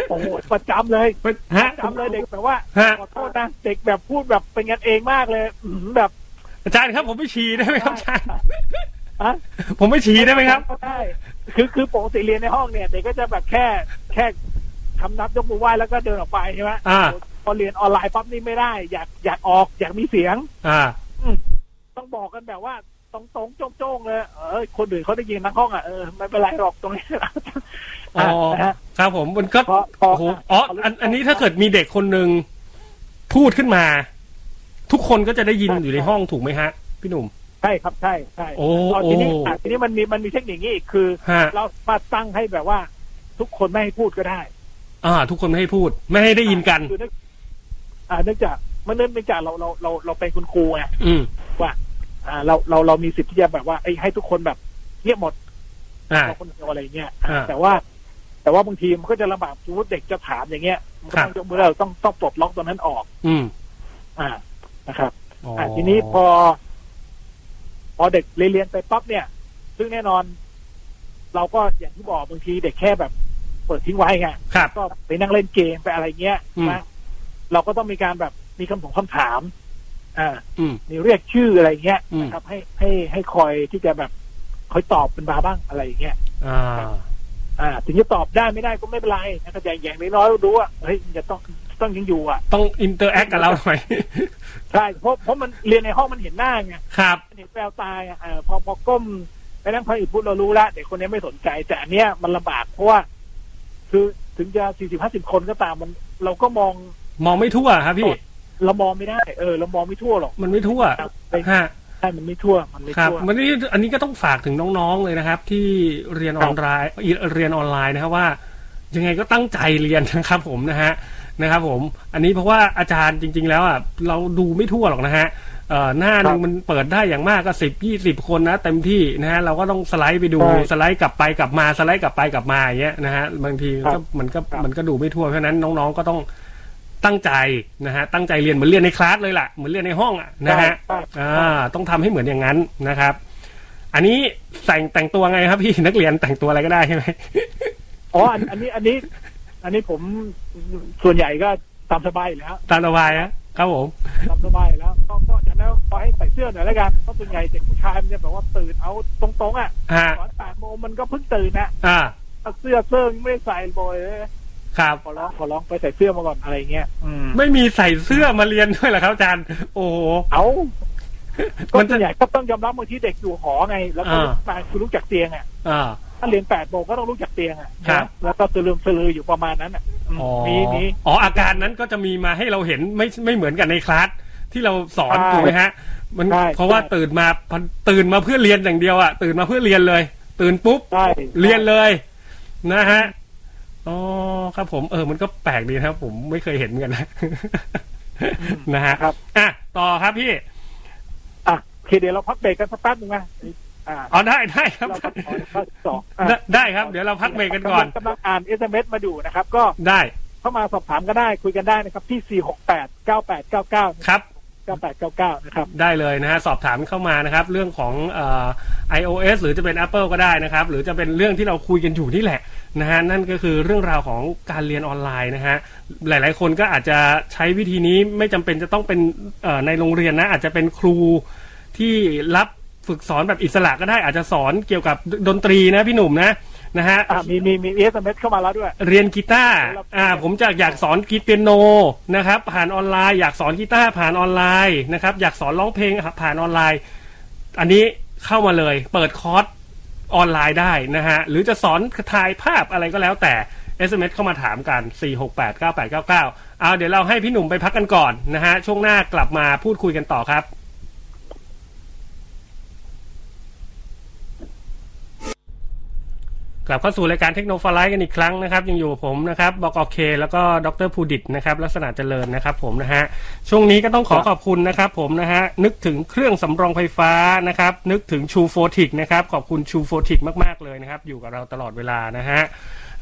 [SPEAKER 5] โอ้โหประจำเลย
[SPEAKER 4] ไปฮะ
[SPEAKER 5] จำเลยเด็กแบบว่า
[SPEAKER 4] ฮะ
[SPEAKER 5] ขอโทษนะเด็กแบบพูดแบบเป็นกันเองมากเลยอืมแบบ
[SPEAKER 4] อาจารย์ครับผมไปฉี่ได้ไหมครับอาจารย์
[SPEAKER 5] อ่ะ
[SPEAKER 4] ผมไปฉี่ได้ไหมครับ
[SPEAKER 5] ก็ได้ คือคือปกติเรียนในห้องเนี่ยเด็กก็จะแบบแค่แค่ คำนับยกมือไหว้แล้วก็เดินออกไปใช่ไหม
[SPEAKER 4] อ่า
[SPEAKER 5] พอเรียนออนไลน์ปั๊บนี่ไม่ได้ อยากอยากออกอยากมีเสียง
[SPEAKER 4] อ่า
[SPEAKER 5] อืมต้องบอกกันแบบว่าตรงๆโจ้งๆเลยเออคนอื่นเขาได้ยินทั้งห้องอ่ะเออไม่เป็นไรหรอกตรงนี้
[SPEAKER 4] อ๋อ
[SPEAKER 5] ะนะฮะ
[SPEAKER 4] ครับผมมันก็
[SPEAKER 5] พอพอ
[SPEAKER 4] โอ้โหอ๋ออันอันนี้ถ้าเกิดมีเด็กคนหนึ่งพูดขึ้นมา ทุกคนก็จะได้ยินอยู่ในห้องถูกไหมฮะ พี่หนุ่ม
[SPEAKER 5] ใช่ครับใช่ใช่
[SPEAKER 4] โอ้
[SPEAKER 5] ตอน
[SPEAKER 4] โอ้
[SPEAKER 5] ทีนี้อ่ะทีนี้มันมีมันมีเทคนิคนี้อีกคือ
[SPEAKER 4] ฮะ
[SPEAKER 5] เรามารถตั้งให้แบบว่า ทุกคนไม่ให้พูดก็ได้
[SPEAKER 4] อ่า ทุกคนไม่ให้พูด ไม่ให้ได้ยินกัน
[SPEAKER 5] คือเองอ่าเนื่องจากมันเนื่องจากเราเราเราเราเป็นคุณครูไง
[SPEAKER 4] อืม
[SPEAKER 5] อ่าเราเราเรามีสิทธิ์ที่จะแบบว่าเอ้ยให้ทุกคนแบบเงียบหมด
[SPEAKER 4] อ่า
[SPEAKER 5] เราคนเดียวอะไรเงี้ยอ่ะ
[SPEAKER 4] อ่า
[SPEAKER 5] แต่ว่า แต่ว่าบางทีมันก็จะลำบากสมมติเด็กจะถามอย่างเงี้ยมันก็
[SPEAKER 4] ครับ
[SPEAKER 5] ต้องยกมือเราต้องต้องปลดล็อกตรงนั้นออก
[SPEAKER 4] อืม
[SPEAKER 5] อ่านะครับ
[SPEAKER 4] อ๋อ
[SPEAKER 5] อ่ะทีนี้พอ พอเด็กเรียนๆไปปั๊บเนี่ย ซึ่งแน่นอน เราก็อย่างที่บอกบางทีเด็กแค่แบบ เปิดทิ้งไว้ไง
[SPEAKER 4] ครับ
[SPEAKER 5] ก็ไปนั่งเล่นเกมไปอะไรเงี้ย
[SPEAKER 4] อืม
[SPEAKER 5] นะเราก็ต้องมีการแบบมีคำถามคำถาม อ่า
[SPEAKER 4] อืม
[SPEAKER 5] มีเรียกชื่ออะไรเงี้ย
[SPEAKER 4] อืม
[SPEAKER 5] นะครับ ให้ให้ให้คอยที่จะแบบคอยตอบเป็นบาบ้างอะไรอย่างเงี้ย
[SPEAKER 4] อ่า
[SPEAKER 5] อ่าถึงจะตอบได้ไม่ได้ก็ไม่เป็นไรนะครับอย่างอย่างน้อยๆรู้ว่าเฮ้ยมันจะต้องต้องยังอยู่อ่ะ
[SPEAKER 4] ต้องอินเตอร์แอคกับเราหน่อย
[SPEAKER 5] ใช่เพราะเพราะมันเรียนในห้องมันเห็นหน้าไง
[SPEAKER 4] ครับ
[SPEAKER 5] มันเห็นแววตาไงอ่าพอพอก้มไปนั่งพังอีกพูดเรารู้ละเด็กคนนี้ไม่สนใจ แต่อันเนี้ยมันลำบากเพราะว่า คือถึงจะสี่สิบห้าสิบคนก็ตามมัน เราก็มอง
[SPEAKER 4] มองไม่ทั่วครับพี่
[SPEAKER 5] เรามองไม่ได้เออเรามองไม่ทั่วหรอก
[SPEAKER 4] มันไม่ทั่วฮะ
[SPEAKER 5] ใช่มันไม่ทั่วมันไม่
[SPEAKER 4] ครับ
[SPEAKER 5] ทั่ว
[SPEAKER 4] วันนี้อันนี้ก็ต้องฝากถึงน้องๆเลยนะครับ ที่เรียนออนไลน์เรียนออนไลน์นะครับว่า ยังไงก็ตั้งใจเรียน นะครับผมนะฮะนะครับผมอันนี้เพราะว่าอาจารย์จริง ๆ แล้วอ่ะเราดูไม่ทั่วหรอกนะฮะเอ่อหน้าหนึ่งมันเปิดได้อย่างมากก็สิบยี่สิบคนนะเต็มที่นะฮะเราก็ต้องสไลด์ไปดู
[SPEAKER 5] ใช่
[SPEAKER 4] สไลด์กลับไปกลับมาสไลด์กลับไปกลับมาอย่างเงี้ยนะฮะบางที
[SPEAKER 5] ค
[SPEAKER 4] ก็
[SPEAKER 5] รับ
[SPEAKER 4] มันก็มันก็ดูไม่ทั่วเพราะฉะนั้นน้องๆก็ต้องตั้งใจนะฮะตั้งใจเรียนเหมือนเรียนในคลาสเลยล่ะเหมือนเรียนในห้องอ่ะนะฮะ
[SPEAKER 5] ใช่ใช่
[SPEAKER 4] อ่าต้องทำให้เหมือนอย่างนั้นนะครับ อันนี้แต่งแต่งตัวไงครับพี่ นักเรียนแต่งตัวอะไรก็ได้ใช่ไหม
[SPEAKER 5] อ๋ออันอันนี้อันนี้ อันนี้ผมส่วนใหญ่ก็ตามสบายอยู่แล้ว
[SPEAKER 4] ตามสบายนะครับผม
[SPEAKER 5] ตามสบายแล้วก็ก็อย่างนั้นขอให้ใส่เสื้อหน่อยแล้วกันเพราะส่วนใหญ่เด็กผู้ชายมันจะแบบว่าตื่นเอาตรงๆอ่ะ
[SPEAKER 4] ฮะ
[SPEAKER 5] ตอนแปดโมงมันก็เพิ่งตื่นนะ
[SPEAKER 4] อ่า
[SPEAKER 5] เอาเสื้อเสื้อยังไม่ได้ใส่บ่อยเลย
[SPEAKER 4] ครับ
[SPEAKER 5] ขอร้องขอร้องไปใส่เสื้อมาก่อนอะไรเงี้ยอืม
[SPEAKER 4] ไม่มีใส่เสื้อมาเรียนด้วยเหรอครับอาจารย์ โอ้โห
[SPEAKER 5] เอาก็
[SPEAKER 4] มันจะ
[SPEAKER 5] ส่วนใหญ่ก็ต้องยอมรับบางทีเด็กอยู่หอไง แล้วก็
[SPEAKER 4] อ่า
[SPEAKER 5] มาคือรู้จักเตียงอ่ะ
[SPEAKER 4] อ่า
[SPEAKER 5] ถ้าเรียนแปดโมงก็ต้องรู้จักเตียงอ่ะ
[SPEAKER 4] ครับ
[SPEAKER 5] นะแล้วก็สลืมสลืออยู่ประมาณนั้นอ่ะอืม
[SPEAKER 4] อ๋อ
[SPEAKER 5] มีมี
[SPEAKER 4] อ๋ออาการนั้นก็จะมีมาให้เราเห็นไม่ไม่เหมือนกันในคลาสที่เราสอนถูกไหมฮะ มัน
[SPEAKER 5] ใช่
[SPEAKER 4] เพราะว่าตื่นมาพอตื่นมาเพื่อเรียนอย่างเดียวอะตื่นมาเพื่อเรียนเลย ตื่นปุ๊บ
[SPEAKER 5] ใช่
[SPEAKER 4] เรียนเลย นะฮะ อ๋อครับผมเออ มันก็แปลกดีนะครับ ผมไม่เคยเห็นเหมือนกันนะ นะฮะ
[SPEAKER 5] ครับ
[SPEAKER 4] อ่ะต่อครับพี่
[SPEAKER 5] อ่ะโอเคเดี๋ยวเราพักเบรกกันสักแป๊บหนึงนะอ่า
[SPEAKER 4] อ๋อได้ได้ครับ
[SPEAKER 5] เราก็ขอข้อสองอ่ะ
[SPEAKER 4] ได้ได้ครับ เดี๋ยวเราพักเบรกกันก่อ
[SPEAKER 5] ำ
[SPEAKER 4] น
[SPEAKER 5] ลังกำลังอ่าน SMS มาดูนะครับ ก็
[SPEAKER 4] ได้
[SPEAKER 5] เข้ามาสอบถามก็ได้คุยกันได้นะครับ ที่ 468 9899
[SPEAKER 4] ครับ
[SPEAKER 5] 9899 นะครับ
[SPEAKER 4] ได้เลยนะฮะสอบถามเข้ามานะครับ เรื่องของเอ่อ iOS หรือจะเป็น Apple ก็ได้นะครับ หรือจะเป็นเรื่องที่เราคุยกันอยู่นี่แหละนะฮะนั่นก็คือเรื่องราวของการเรียนออนไลน์นะฮะหลาย ๆ คนก็อาจจะใช้วิธีนี้ไม่จำเป็นจะต้องเป็นเอ่อในโรงเรียนนะอาจจะเป็นครูที่รับฝึกสอนแบบอิสระก็ได้อาจจะสอนเกี่ยวกับดนตรีนะพี่หนุ่มนะนะฮะ
[SPEAKER 5] อ่ะมีมีมี SMS เข้ามาแล้วด้วย
[SPEAKER 4] เรียนกีตาร์ อ่า ผมจะอยากสอนกีเปียโนนะครับ ผ่านออนไลน์ อยากสอนกีตาร์ผ่านออนไลน์นะครับ อยากสอนร้องเพลงผ่านออนไลน์ อันนี้เข้ามาเลย เปิดคอร์สออนไลน์ได้นะฮะ หรือจะสอนถ่ายภาพอะไรก็แล้วแต่ SMS เข้ามาถามกัน 4689899 เอาเดี๋ยวเราให้พี่หนุ่มไปพักกันก่อนนะฮะ ช่วงหน้ากลับมาพูดคุยกันต่อครับ กลับเข้าสู่รายการเทคโนโลยีกันอีกครั้งนะครับ ยังอยู่กับผมนะครับบอกอเค แล้วก็ดรภูดิตนะครับ ลักษณะเจริญนะครับผมนะฮะ ช่วงนี้ก็ต้องขอขอบคุณนะครับผมนะฮะ นึกถึงเครื่องสำรองไฟฟ้านะครับ นึกถึงชูโฟติกนะครับ ขอบคุณชูโฟติกมาก ๆ เลยนะครับ อยู่กับเราตลอดเวลานะฮะ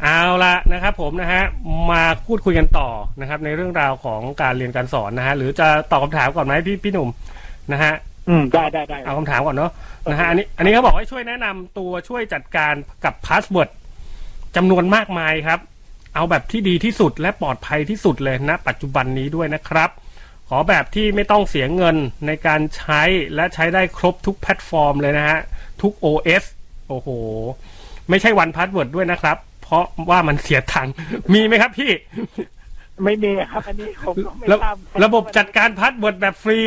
[SPEAKER 4] เอาละนะครับผมนะฮะ มาพูดคุยกันต่อนะครับ ในเรื่องราวของการเรียนการสอนนะฮะ หรือจะตอบคำถามก่อนไหมพี่พี่หนุ่มนะฮะ
[SPEAKER 5] อืม ได้ได้ได้
[SPEAKER 4] เอาคำถามก่อนเนาะนะฮะอันนี้อันนี้เขาบอกให้ช่วยแนะนำตัวช่วยจัดการกับพาสเวิร์ดจำนวนมากมายครับ เอาแบบที่ดีที่สุดและปลอดภัยที่สุดเลยณปัจจุบันนี้ด้วยนะครับ ขอแบบที่ไม่ต้องเสียเงินในการใช้และใช้ได้ครบทุกแพลตฟอร์มเลยนะฮะ ทุก OS โอ้โห ไม่ใช่วันพาสเวิร์ดด้วยนะครับ พ เพราะว่ามันเสียตังค์มีไหมครับพี่
[SPEAKER 5] ไม่มีครับ อันนี้ผมก็ไม่
[SPEAKER 4] ระ
[SPEAKER 5] ทราบ
[SPEAKER 4] ระบบจัดการพาสเวิร์ดแบบฟรี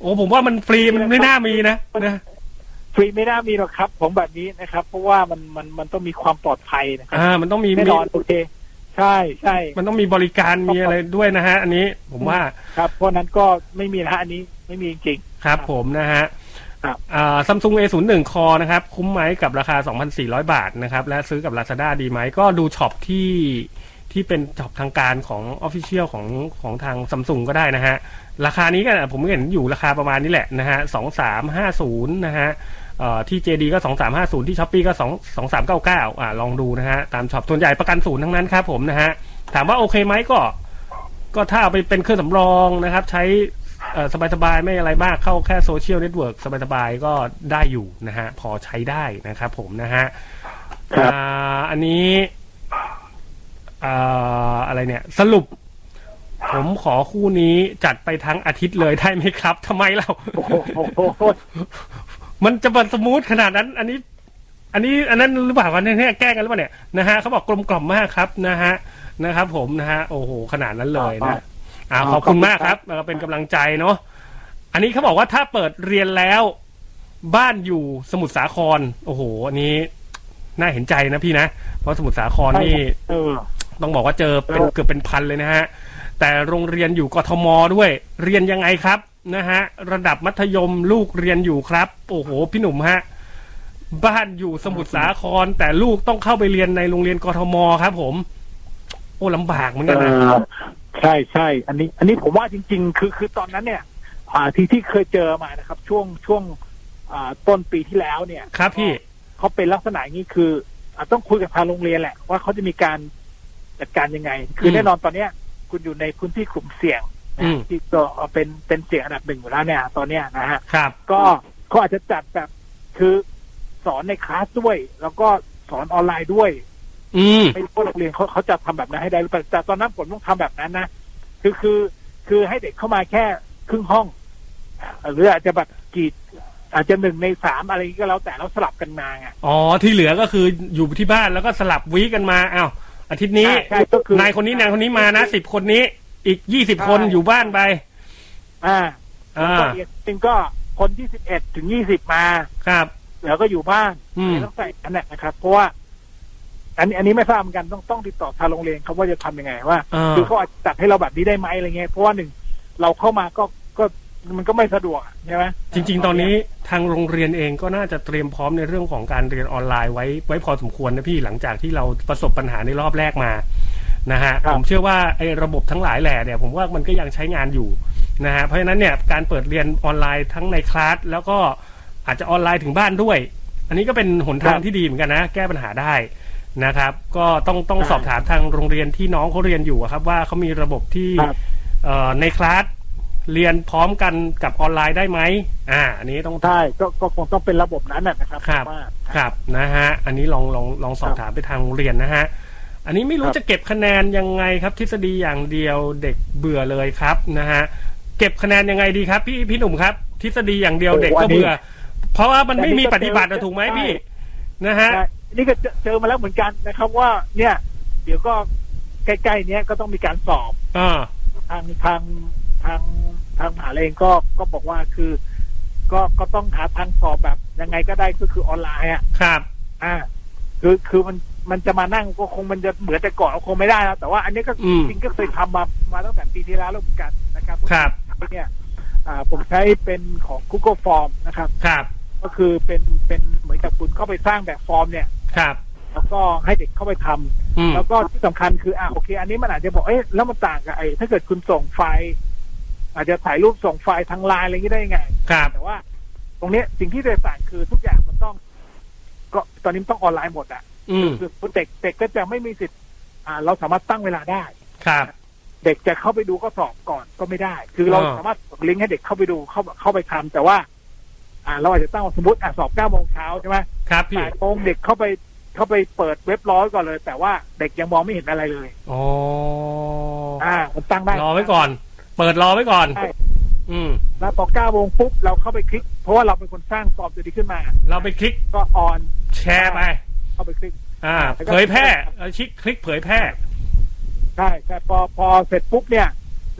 [SPEAKER 4] โอ้ผมว่ามันฟรีมันไม่น่ามีนะนะ
[SPEAKER 5] ฟรีไม่น่ามีหรอกครับของแบบนี้นะครับ เพราะว่ามันมันมันต้องมีความปลอดภัยนะครับ
[SPEAKER 4] อ่า มันต้องมี
[SPEAKER 5] แน่
[SPEAKER 4] มี
[SPEAKER 5] นอนโอเค ใช่ใช่
[SPEAKER 4] มันต้องมีบริการมีอะไรด้วยนะฮะ อันนี้ผมว่า
[SPEAKER 5] ครับ เพราะนั้นก็ไม่มีนะฮะอันนี้ไม่มีจริง
[SPEAKER 4] ครับผมนะฮะ
[SPEAKER 5] ครับ
[SPEAKER 4] ซัมซุง A01 คอนะครับ คุ้มไหมกับราคา 2,400 บาทนะครับ และซื้อกับ Lazada ดีไหม ก็ดูช็อปที่ที่เป็นช็อปทางการของ Official ของของทางซัมซุงก็ได้นะฮะ ราคานี้ก็ผมเห็นอยู่ราคาประมาณนี้แหละนะฮะ2350นะฮะเอ่อที่ JD ก็ 2350 ที่ Shopee ก็2 2399อ่าลองดูนะฮะ ตามช็อปส่วนใหญ่ประกันศูนย์ทั้งนั้นครับผมนะฮะ ถามว่าโอเคไหมก็ ก็ถ้าเอาไปเป็นเครื่องสำรองนะครับ ใช้เอ่อสบายๆ ไม่อะไรมากเข้าแค่โซเชียลเน็ตเวิร์กสบายๆ ก็ได้อยู่นะฮะ พอใช้ได้นะครับผมนะฮะ
[SPEAKER 5] ครับ
[SPEAKER 4] อ่าอันนี้อ่าอะไรเนี่ย สรุป ผมขอคู่นี้จัดไปทั้งอาทิตย์เลยได้ไหมครับทำไมเรา
[SPEAKER 5] ๆ โอ้โหโอ้โห
[SPEAKER 4] มันจะบันสมูทขนาดนั้น อันนี้ อันนี้อันนั้นหรือเปล่าวะเนี่ยแกล้งกันหรือเปล่าเนี่ยนะฮะเขาบอกกลมกล่อมมากครับนะฮะนะครับ ผมนะฮะโอ้โหขนาดนั้นเลยนะอ่าขอบคุณมากครับเออเป็นกำลังใจเนาะอันนี้เขาบอกว่าถ้าเปิดเรียนแล้ว บ้านอยู่สมุทรสาคร โอ้โห อันนี้น่าเห็นใจนะพี่นะเพราะสมุทรสาครนี่
[SPEAKER 5] เออ
[SPEAKER 4] ต้องบอกว่าเจอเป็น
[SPEAKER 5] เออ
[SPEAKER 4] เกือบเป็นพันเลยนะฮะ แต่โรงเรียนอยู่กทมด้วย เรียนยังไงครับนะฮะ ระดับมัธยมลูกเรียนอยู่ครับ โอ้โห พี่หนุ่มฮะ บ้านอยู่สมุทรสาคร แต่ลูกต้องเข้าไปเรียนในโรงเรียนกทมครับ ผม โอ้ลำบากเหมือนกันนะ
[SPEAKER 5] เออใช่ใช่อันนี้ อันนี้ผมว่าจริง ๆ คือคือตอนนั้นเนี่ยอ่าที่ที่เคยเจอมานะครับ ช่วงช่วงอ่าต้นปีที่แล้วเนี่ย
[SPEAKER 4] ครับพี่
[SPEAKER 5] เขาเป็นลักษณะอย่างนี้คืออาต้องคุยกับทางโรงเรียนแหละว่าเขาจะมีการจัดการยังไง คือ
[SPEAKER 4] ม
[SPEAKER 5] แน่นอนตอนเนี้ย คุณอยู่ในพื้นที่กลุ่มเสี่ยงนะ
[SPEAKER 4] อืม
[SPEAKER 5] ที่ก็เป็นเป็นเสี่ยงอันดับหนึ่งอยู่แล้วเนี่ย ตอนเนี้ยนะฮะ
[SPEAKER 4] ครับ
[SPEAKER 5] ก็เขาอาจจะจัดแบบคือสอนในคลาสด้วย แล้วก็สอนออนไลน์ด้วย
[SPEAKER 4] อืม
[SPEAKER 5] ไม่รู้ว่าโรงเรียนเขาเขาจะทำแบบนั้นให้ได้หรือเปล่าแต่ตอนนั้นผมต้องทำแบบนั้นนะคือคือคือให้เด็กเข้ามาแค่ครึ่งห้อง หรืออาจจะแบบกีด อาจจะหนึ่งในสามอะไรก็แล้วแต่แล้วสลับกันมาไง
[SPEAKER 4] อ๋อ ที่เหลือก็คืออยู่ที่บ้านแล้วก็สลับวีคกันมาอ้าวอาทิตย์นี้
[SPEAKER 5] ใช่ใช่ก็คือน
[SPEAKER 4] ายคนนี้นายคนนี้มานะสิบคนนี้ อีกยี่สิบ
[SPEAKER 5] ใช่
[SPEAKER 4] คนอยู่บ้านไป
[SPEAKER 5] อ่า
[SPEAKER 4] อ่า
[SPEAKER 5] ก็อีกหนึงก็คนที่สิบเอ็ดถึงยี่สิบมา
[SPEAKER 4] ครับ
[SPEAKER 5] แล้วก็อยู่บ้าน
[SPEAKER 4] อืม
[SPEAKER 5] ต้องใส่อันนั้นนะครับ เพราะว่า อันนี้อันนี้ไม่ทราบเหมือนกันต้องต้องติดต่อทางโรงเรียนเขาว่าจะทำยังไงว่า
[SPEAKER 4] อ่า
[SPEAKER 5] คือเขาอาจจะจัดให้เราแบบนี้ได้ไหมอะไรเงี้ยเพราะว่าหนึ่งเราเข้ามาก็ก็มันก็ไม่สะดวกอะใช่ไหม
[SPEAKER 4] จริงๆ ตอนนี้ทางโรงเรียนเองก็น่าจะเตรียมพร้อมในเรื่องของการเรียนออนไลน์ไว้ไว้พอสมควรนะพี่หลังจากที่เราประสบปัญหาในรอบแรกมานะฮะ
[SPEAKER 5] ครับ
[SPEAKER 4] ผมเชื่อว่าไอ้ระบบทั้งหลายแหล่เนี่ยผมว่ามันก็ยังใช้งานอยู่นะฮะเพราะฉะนั้นเนี่ยการเปิดเรียนออนไลน์ทั้งในคลาสแล้วก็อาจจะออนไลน์ถึงบ้านด้วย อันนี้ก็เป็นหนทางที่ดีเหมือนกันนะ แก้ปัญหาได้นะครับ ก็ต้องต้องสอบถามทางโรงเรียนที่น้องเขาเรียนอยู่อะครับ ว่าเขามีระบบที่
[SPEAKER 5] ครับ
[SPEAKER 4] เอ่อในคลาสเรียนพร้อมกันกับออนไลน์ได้ไหมอ่า อันนี้ต้อง
[SPEAKER 5] ใช่ก็ก็คงต้องเป็นระบบนั้นนะนะครับ
[SPEAKER 4] ครับ
[SPEAKER 5] ว่า
[SPEAKER 4] ครับนะฮะ อันนี้ลองลองลองสอบ
[SPEAKER 5] ครับ
[SPEAKER 4] ถามไปทางโรงเรียนนะฮะ อันนี้ไม่รู้
[SPEAKER 5] ครับ
[SPEAKER 4] จะเก็บคะแนนยังไงครับ ทฤษฎีอย่างเดียวเด็กเบื่อเลยครับนะฮะ เก็บคะแนนยังไงดีครับ พี่พี่หนุ่มครับ ทฤษฎีอย่างเดียว
[SPEAKER 5] โอ้โห
[SPEAKER 4] เด็กก็เบื่อ
[SPEAKER 5] อันนี้
[SPEAKER 4] เพราะว่ามันไม่มี
[SPEAKER 5] อันนี้ก็
[SPEAKER 4] ปฏิบัติอะ
[SPEAKER 5] เจอ
[SPEAKER 4] ถูกไหม
[SPEAKER 5] ใช่
[SPEAKER 4] พี่ นะฮะ
[SPEAKER 5] นะนี่ก็เจอเจอมาแล้วเหมือนกันนะครับว่า เนี่ย เดี๋ยวก็ใกล้ๆเนี้ยก็ต้องมีการสอบ
[SPEAKER 4] อ่า
[SPEAKER 5] ทางทางทางทางมหาลัยเองก็ก็บอกว่าคือ ก็ก็ต้องหาทางสอบแบบยังไงก็ได้ก็คือออนไลน์อ่ะ
[SPEAKER 4] ครับ
[SPEAKER 5] อ่า คือคือมันมันจะมานั่งก็คงมันจะเหมือนแต่ก่อนคงไม่ได้แล้วแต่ว่าอันนี้ก็
[SPEAKER 4] อืม
[SPEAKER 5] จริงก็เคยทำมามาตั้งแต่ปีที่แล้วแล้วเหมือนกันนะครับ
[SPEAKER 4] ครับ
[SPEAKER 5] เนี่ยอ่าผมใช้เป็นของ Google Form นะครับ
[SPEAKER 4] ครับ
[SPEAKER 5] ก็คือเป็นเป็นเหมือนกับคุณเข้าไปสร้างแบบฟอร์มเนี่ย
[SPEAKER 4] ครับ
[SPEAKER 5] แล้วก็ให้เด็กเข้าไปทำ
[SPEAKER 4] อืม
[SPEAKER 5] แล้วก็ที่สำคัญคืออ่าโอเค อันนี้มันอาจจะบอกเอ๊ะแล้วมันต่างกับไอ้ถ้าเกิดคุณส่งไฟล์ อาจจะถ่ายรูปส่งไฟล์ทางไลน์อะไรอย่างนี้ได้ยังไง
[SPEAKER 4] ครับ
[SPEAKER 5] แต่ว่า ตรงเนี้ยสิ่งที่แตกต่างคือทุกอย่างมันต้อง ก็ตอนนี้มันต้องออนไลน์หมดอะ
[SPEAKER 4] อืม
[SPEAKER 5] คือเด็กเด็กก็จะไม่มีสิทธิ์อ่า เราสามารถตั้งเวลาได้
[SPEAKER 4] ครับ
[SPEAKER 5] เด็กจะเข้าไปดูก็สอบก่อนก็ไม่ได้ คือเรา
[SPEAKER 4] อ่า
[SPEAKER 5] สามารถส่งลิงก์ให้เด็กเข้าไปดูเข้าเข้าไปทำแต่ว่า อ่า เราอาจจะตั้งว่าสมมติอ่ะสอบเก้าโมงเช้าใช่ไหม
[SPEAKER 4] ครับพี่
[SPEAKER 5] แปดโมงเด็กเข้าไปเข้าไปเปิดเว็บร้อยก่อนเลย แต่ว่าเด็กยังมองไม่เห็นอะไรเลย
[SPEAKER 4] อ๋อ
[SPEAKER 5] อ่ามันตั้งได้
[SPEAKER 4] รอไว้ก่อน เปิดรอไว้ก่อน
[SPEAKER 5] ใช่
[SPEAKER 4] อืม
[SPEAKER 5] แล้วพอเก้าโมงปุ๊บเราเข้าไปคลิก เพราะว่าเราเป็นคนสร้างฟอร์มตัวนี้ขึ้นมา
[SPEAKER 4] เราไปคลิก
[SPEAKER 5] ก็ออน
[SPEAKER 4] แชร์ไป
[SPEAKER 5] เข้าไปคลิก
[SPEAKER 4] อ่าเผยแพร่เอาชิคคลิกเผยแพร่
[SPEAKER 5] ใช่ใช่พอพอเสร็จปุ๊บเนี่ย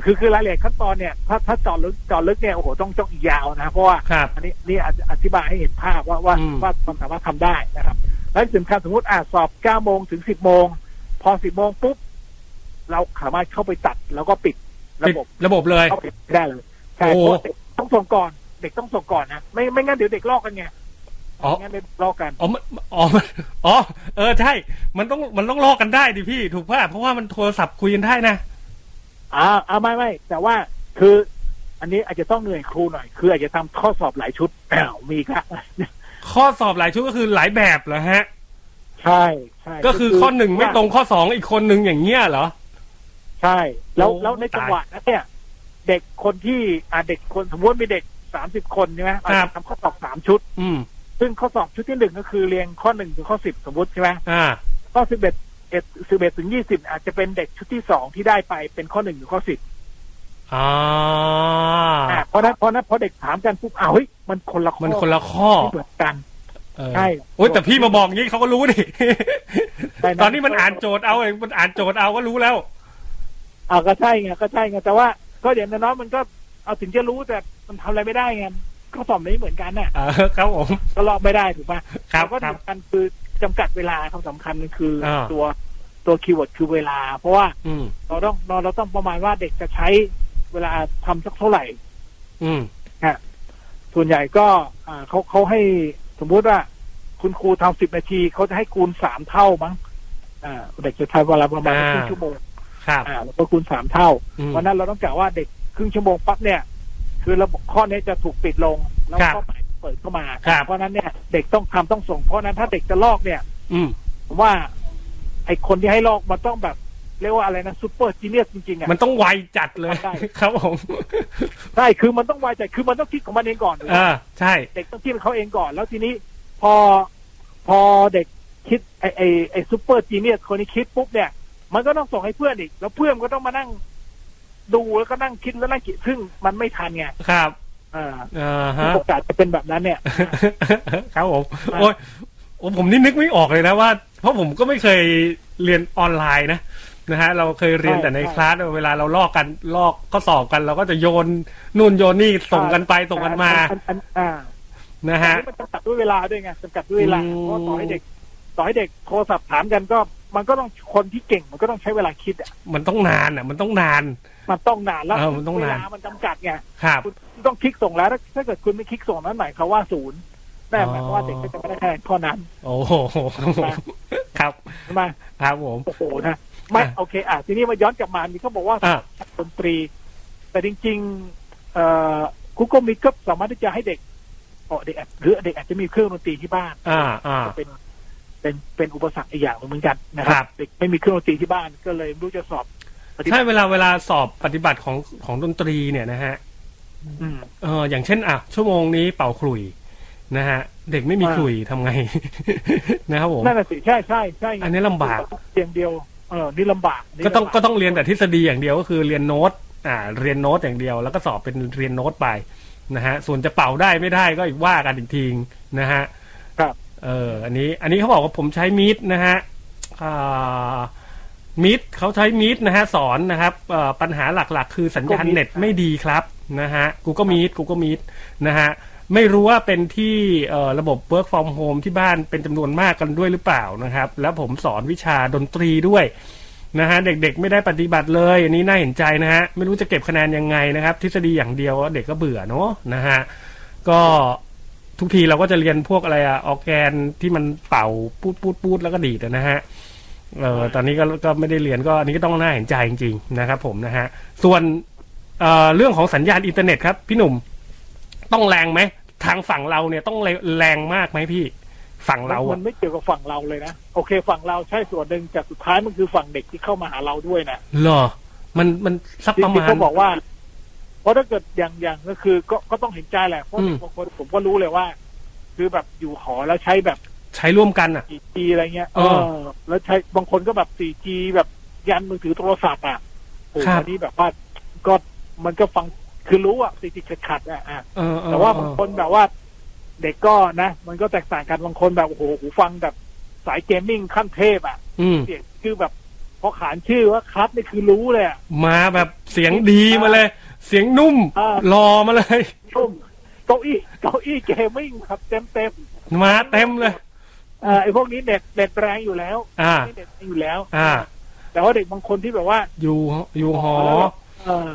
[SPEAKER 5] คือคือรายละเอียดขั้นตอนเนี่ย ถ้าถ้าเจอดลึกเจอดลึกเนี่ยโอ้โหต้องต้องอีกยาวนะเพราะว่า
[SPEAKER 4] ครับ
[SPEAKER 5] อันนี้นี่อธิบายให้เห็นภาพว่าว่า
[SPEAKER 4] อืม
[SPEAKER 5] ว่าความสามารถทำได้นะครับ และที่สำคัญสมมติอ่าสอบ 9 โมงถึง 10 โมง พอ 10 โมงปุ๊บ เราสามารถเข้าไปตัดแล้วก็ปิดระ
[SPEAKER 4] ปิด
[SPEAKER 5] บบ
[SPEAKER 4] ระบบเลย
[SPEAKER 5] เข้าไปไม่ได้เลยใช่
[SPEAKER 4] โอ้
[SPEAKER 5] เพราะเด็กต้องส่งก่อน เด็กต้องส่งก่อนนะ ไม่ไม่งั้นเดี๋ยวเด็กลอกกันไง
[SPEAKER 4] อ๋อ
[SPEAKER 5] ไม่งั้นเด็กลอกกัน
[SPEAKER 4] อ๋อมันอ๋อมันอ๋อ เออ ใช่ มันต้อง มันต้องลอกกันได้ดิพี่ ถูกป่ะ เพราะว่ามันโทรศัพท์คุยกันได้นะ
[SPEAKER 5] อ่าอ่าไม่ไม่แต่ว่าคือ อันนี้อาจจะต้องเหนื่อยครูหน่อย คืออาจจะทำข้อสอบหลายชุดอ้าวมีอีกละ
[SPEAKER 4] ข้อสอบหลายชุดก็คือหลายแบบเหรอฮะ
[SPEAKER 5] ใช่ใช่
[SPEAKER 4] ก็คือข้อหนึ่งไม่ตรงข้อสองอีกคนหนึ่งอย่างเงี้ยเหรอ
[SPEAKER 5] ใช่ แล้ว
[SPEAKER 4] โอ้
[SPEAKER 5] แล้วใน
[SPEAKER 4] ตาย
[SPEAKER 5] จังหวะนั้นเนี่ย เด็กคนที่อ่าเด็กคนสมมติว่ามีเด็กสามสิบคนใช่ไหมอาจ
[SPEAKER 4] ครับ
[SPEAKER 5] จะทำข้อสอบสามชุด
[SPEAKER 4] อืม
[SPEAKER 5] ซึ่งข้อสอบชุดที่หนึ่งก็คือเรียงข้อหนึ่งถึงข้อสิบสมมติใช่ไหม
[SPEAKER 4] อ่า
[SPEAKER 5] ข้อสิบเอ็ดเอ็ดสิบเอ็ดถึงยี่สิบอาจจะเป็นเด็กชุดที่สองที่ได้ไปเป็นข้อหนึ่งถึงข้อสิบ
[SPEAKER 4] อ่า
[SPEAKER 5] อ่าเพราะนั้นเพราะนั้นพอเด็กถามกันปุ๊บอ้าวเฮ้ยมันคนละข้อ
[SPEAKER 4] มันคนละข้อ
[SPEAKER 5] ไม่เหมือนกัน
[SPEAKER 4] เออ
[SPEAKER 5] ใช่
[SPEAKER 4] โอ้ยแต่พี่มาบอกงี้เขาก็รู้ดิ
[SPEAKER 5] ใช่ะ
[SPEAKER 4] ตอนนี้มันอ่านโจทย์เอาเองมันอ่านโจทย์เอาก็รู้แล้ว
[SPEAKER 5] อ่าก็ใช่ไงก็ใช่ไงแต่ว่าก็เดี๋ยวน้อยๆมันก็เอาถึงจะรู้แต่มันทำอะไรไม่ได้ไงข้อสอบนี้เหมือนกันน่ะ
[SPEAKER 4] เออครับผม
[SPEAKER 5] ก็ลอกไม่ได้ถูกปะ
[SPEAKER 4] ครับ
[SPEAKER 5] แต่ก็
[SPEAKER 4] ครับ
[SPEAKER 5] สำคัญคือจำกัดเวลาคำสำคัญคืออา ตัวตัวคีย์เวิร์ดคือเวลา เพราะว่า
[SPEAKER 4] อืม
[SPEAKER 5] เราต้องเราเราต้องประมาณว่าเด็กจะใช้เวลาทำสักเท่าไหร่
[SPEAKER 4] อืม
[SPEAKER 5] ส่วนใหญ่ก็อ่าเขาเขาให้สมมุติว่า คุณครูทำสิบนาทีเขาจะให้คูณสามเท่ามั้งอ่าเด็กจะใช้เวลาประมาณค
[SPEAKER 4] อ่า
[SPEAKER 5] รึ่งชั่วโมง
[SPEAKER 4] ครับ
[SPEAKER 5] อ่าแล้วก็คูณสามเท่า
[SPEAKER 4] อืม
[SPEAKER 5] วันนั้นเราต้องกล่าวว่าเด็กครึ่งชั่วโมงปั๊บเนี่ย คือระบบข้อนี้จะถูกปิดลง แล้ว
[SPEAKER 4] ครับ
[SPEAKER 5] ข้อใหม่เปิดเข้ามา
[SPEAKER 4] ครับ
[SPEAKER 5] เพราะฉะนั้นเนี่ยเด็กต้องทำต้องส่งเพราะฉะนั้นถ้าเด็กจะลอกเนี่ย
[SPEAKER 4] อืม
[SPEAKER 5] ผมว่า ไอคนที่ให้ลอกมันต้องแบบ เรียกว่าอะไรนะซูเปอร์จีเนียสจริงๆอ่ะ
[SPEAKER 4] มันต้องไวจัดเลย
[SPEAKER 5] ได้
[SPEAKER 4] ครับผม
[SPEAKER 5] ใช่คือมันต้องไวใจคือมันต้องคิดของมันเองก่อนถูกไหม
[SPEAKER 4] อ่าใช่
[SPEAKER 5] เด็กต้องคิดของเขาเองก่อน แล้วทีนี้พอพอเด็กคิดไอไอไอซูเปอร์จีเนียสคนนี้คิดปุ๊บเนี่ย มันก็ต้องส่งให้เพื่อนอีก แล้วเพื่อนก็ต้องมานั่ง ดูแล้วก็นั่งคิดแล้วนั่งคิดซึ่งมันไม่ทันไง
[SPEAKER 4] ครับ
[SPEAKER 5] อ่า
[SPEAKER 4] อ่าฮะ
[SPEAKER 5] โอกาสจะเป็นแบบนั้นเนี่ย
[SPEAKER 4] ครับผม
[SPEAKER 5] ครับ
[SPEAKER 4] โอ้ยโอ้ผมนี่นึกไม่ออกเลยนะว่า เพราะผมก็ไม่เคยเรียนออนไลน์นะนะฮะเราเคยเรียนแต่ในคลาสเวลาเราลอกกันลอกก็สอบกัน เราก็จะโยนนู่นโยนนี่ส่งกันไปส่งกันมา
[SPEAKER 5] อันอันอ่า
[SPEAKER 4] นะ
[SPEAKER 5] อัน
[SPEAKER 4] ฮะ
[SPEAKER 5] นี้มันจำกัดด้วยเวลาด้วยไงจำกัดด้วยเวลา
[SPEAKER 4] อืม
[SPEAKER 5] เพราะต่อให้เด็ก ต่อให้เด็กโทรศัพท์ถามกันก็ มันก็ต้องคนที่เก่ง มันก็ต้องใช้เวลาคิดอ่ะ
[SPEAKER 4] มันต้องนานอ่ะ มันต้องนาน
[SPEAKER 5] มันต้องนานแล้ว
[SPEAKER 4] เออมันต้อ
[SPEAKER 5] เวน
[SPEAKER 4] งาน
[SPEAKER 5] ลามันจำกัดไง
[SPEAKER 4] ครับ
[SPEAKER 5] คุณต้องคลิกส่งแล้ว ถ้าเกิดคุณไม่คลิกส่งนั้นหมายความว่าศูนย์นั่นหมายความว่าเด็กก็จะไม่ได้คะแนนข้อนั้น
[SPEAKER 4] โอ้โหครับ
[SPEAKER 5] ใช่ไหม
[SPEAKER 4] ครับผม
[SPEAKER 5] โอ้โหนะไม่โอเค อ่ะทีนี้มาย้อนกลับมามีเขาบอกว่า
[SPEAKER 4] อ่ะ
[SPEAKER 5] ดนตรี แต่จริงๆเอ่อ Google Meet ก็สามารถที่จะให้เด็กเออเด็กอาจหรือเด็กอาจจะมีเครื่องดนตรีที่บ้าน
[SPEAKER 4] อ่าอ่า
[SPEAKER 5] ก็เป็นเป็นเป็นอุปสรรคอีกอย่างหนึ่งเหมือนกันนะ
[SPEAKER 4] ค
[SPEAKER 5] ค
[SPEAKER 4] รั
[SPEAKER 5] รับ บ เด็กไม่มีเครื่องดนตรีที่บ้านก็เลยไม่รู้จะสอบปฏิบั
[SPEAKER 4] ใช่
[SPEAKER 5] ติ
[SPEAKER 4] เวลาเวลาสอบปฏิบัติของของดนตรีเนี่ยนะฮะ
[SPEAKER 5] อืม
[SPEAKER 4] เอออย่างเช่นอ่ะชั่วโมงนี้เป่าขลุ่ยนะฮะ เด็กไม่มี
[SPEAKER 5] อ่า
[SPEAKER 4] ขลุ่ยทำไง นะครับผม
[SPEAKER 5] นั่นแหะสิใช่ใช่ใช่ไง
[SPEAKER 4] อันนี้ลำบาก
[SPEAKER 5] เพียงเดียวเออนี่ลำบากนี่
[SPEAKER 4] ก็ต้อง
[SPEAKER 5] ลำบา
[SPEAKER 4] ก็ต้องเรียนแต่ทฤษฎีอย่างเดียวก็คือเรียนโน้ตอ่า เรียนโน้ตอย่างเดียว แล้วก็สอบเป็นเรียนโน้ตไปนะฮะส่วนจะเป่าได้ไม่ได้ก็อีกว่ากันอีกทีนะฮะ
[SPEAKER 5] ครับ
[SPEAKER 4] เอออันนี้ อันนี้เขาบอกว่าผมใช้มีดนะฮะอ่ามีดเขาใช้มีดนะฮะสอนนะครับเอ่อปัญหาหลักๆ คือสัญญาณเน็ตไม่ดีครับนะฮะกูก็มีดกูก็มีดนะฮะไม่รู้ว่าเป็นที่เอ่อระบบ work from home ที่บ้านเป็นจำนวนมากกันด้วยหรือเปล่านะครับ แล้วผมสอนวิชาดนตรีด้วย นะฮะเด็กๆไม่ได้ปฏิบัติเลยอันนี้น่าเห็นใจนะฮะไม่รู้จะเก็บคะแนนยังไงนะครับ ทฤษฎีอย่างเดียวเด็กก็เบื่อเนาะนะฮะก็ทุกทีเราก็จะเรียนพวกอะไรอะออร์แกนที่มันเป่าปูดปูดปูดแล้วก็ดีดอะนะฮะเออตอนนี้ก็ก็ไม่ได้เรียนก็อันนี้ก็ต้องน่าเห็นใจจริงๆนะครับ ผมนะฮะส่วนเอ่อเรื่องของสัญญาณอินเทอร์เน็ตครับ พี่หนุ่มต้องแรงไหมทางฝั่งเราเนี่ยต้องแรงมากไหมพี่ฝั่งเรา
[SPEAKER 5] มั
[SPEAKER 4] อะ
[SPEAKER 5] นไม่เกี่ยวกับฝั่งเราเลยนะโอเค ฝั่งเราใช่ส่วนหนึ่งแต่สุดท้ายมันคือฝั่งเด็กที่เข้ามาหาเราด้วยนะ
[SPEAKER 4] เหรอ มันมันสัก
[SPEAKER 5] ที่
[SPEAKER 4] ประ
[SPEAKER 5] ที่
[SPEAKER 4] มาณ
[SPEAKER 5] เขาบอกว่า เพราะถ้าเกิดอย่างอย่างก็คือ ก็ก็ต้องเห็นใจแหละเพราะ
[SPEAKER 4] อืม
[SPEAKER 5] เด็กบางคนผมก็รู้เลยว่า คือแบบอยู่หอแล้วใช้แบบ
[SPEAKER 4] ใช้ร่วมกันอะ
[SPEAKER 5] 4G อะไรเงี้ย
[SPEAKER 4] เออ
[SPEAKER 5] แล้วใช้บางคนก็แบบ 4G แบบยันมือถือโทรศัพท์อ่ะโอ้โห
[SPEAKER 4] ครับ
[SPEAKER 5] อันนี้แบบว่าก็มันก็ฟังคือรู้อ่ะ 4G ขัดขัดๆอะอ่ะ
[SPEAKER 4] เออเออ
[SPEAKER 5] แต่ว่า
[SPEAKER 4] เออ
[SPEAKER 5] บางคนแบบว่า เด็กก็นะ มันก็แตกต่างกันบางคนแบบโอ้โหหูฟังแบบ สายเกมมิ่งขั้นเทพอ่ะ
[SPEAKER 4] อืม
[SPEAKER 5] เสียงชื่อแบบพอขานชื่อว่าคัทนี่คือรู้เลยอะ
[SPEAKER 4] มาแบบเสียงดีมาเลย เสียงนุ่ม
[SPEAKER 5] อ่า
[SPEAKER 4] รอมาเลย
[SPEAKER 5] ชุ่มเก้าอี้เก้าอี้เกมมิ่งครับเต็มเต็ม
[SPEAKER 4] มาเต็มเลย
[SPEAKER 5] ๆเอ่อไอ้พวกนี้เน็ตเน็ตแรงอยู่แล้ว
[SPEAKER 4] อ่า
[SPEAKER 5] เน็ตแรงอยู่แล้ว
[SPEAKER 4] อ่า
[SPEAKER 5] แต่ว่าเด็กบางคนที่แบบว่า
[SPEAKER 4] อยู่อยู่หอ
[SPEAKER 5] เออ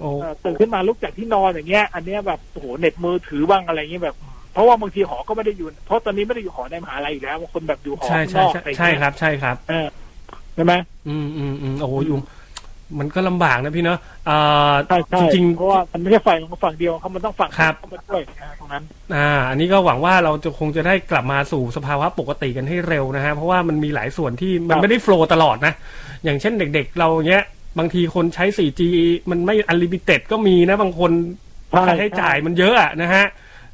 [SPEAKER 4] โอ้
[SPEAKER 5] เอ่อตื่นขึ้นมาลุกจากที่นอนอย่างเงี้ย อันเนี้ยแบบโอ้โหเน็ตมือถือบ้างอะไรเงี้ยแบบ เพราะว่าบางทีหอก็ไม่ได้อยู่ เพราะตอนนี้ไม่ได้อยู่หอในมหาลัยอยู่แล้วบางคนแบบอยู่หอ
[SPEAKER 4] ใช่
[SPEAKER 5] ข้างนอ
[SPEAKER 4] ใช่
[SPEAKER 5] กอะไร
[SPEAKER 4] ใช่
[SPEAKER 5] เงี้ย
[SPEAKER 4] ใช่ครับ ใช่ครับ
[SPEAKER 5] เออใช่ไหม
[SPEAKER 4] อืมอืมอืมโอ้โหอยู่ มันก็ลำบากนะพี่เนาะอ่า
[SPEAKER 5] ใช่ใช่
[SPEAKER 4] จริง
[SPEAKER 5] เพราะว่ามันไม่ใช่ฝั่งฝั่งเดียวเขามันต้องฝั่ง
[SPEAKER 4] ครับ
[SPEAKER 5] เข้ามาด้วยนะตรงนั้น
[SPEAKER 4] ๆอ่า อันนี้ก็หวังว่าเราจะคงจะได้กลับมาสู่สภาวะปกติกันให้เร็วนะฮะ เพราะว่ามันมีหลายส่วนที่
[SPEAKER 5] คน รั
[SPEAKER 4] มั
[SPEAKER 5] บ
[SPEAKER 4] ไม่ได้โฟลว์ตลอดนะ อย่างเช่นเด็กๆ เราเนี้ย บางทีคนใช้ 4G มันไม่อันลิมิเต็ดก็มีนะ บางคนค่าใช้จ่ายมันเยอะอะนะฮะ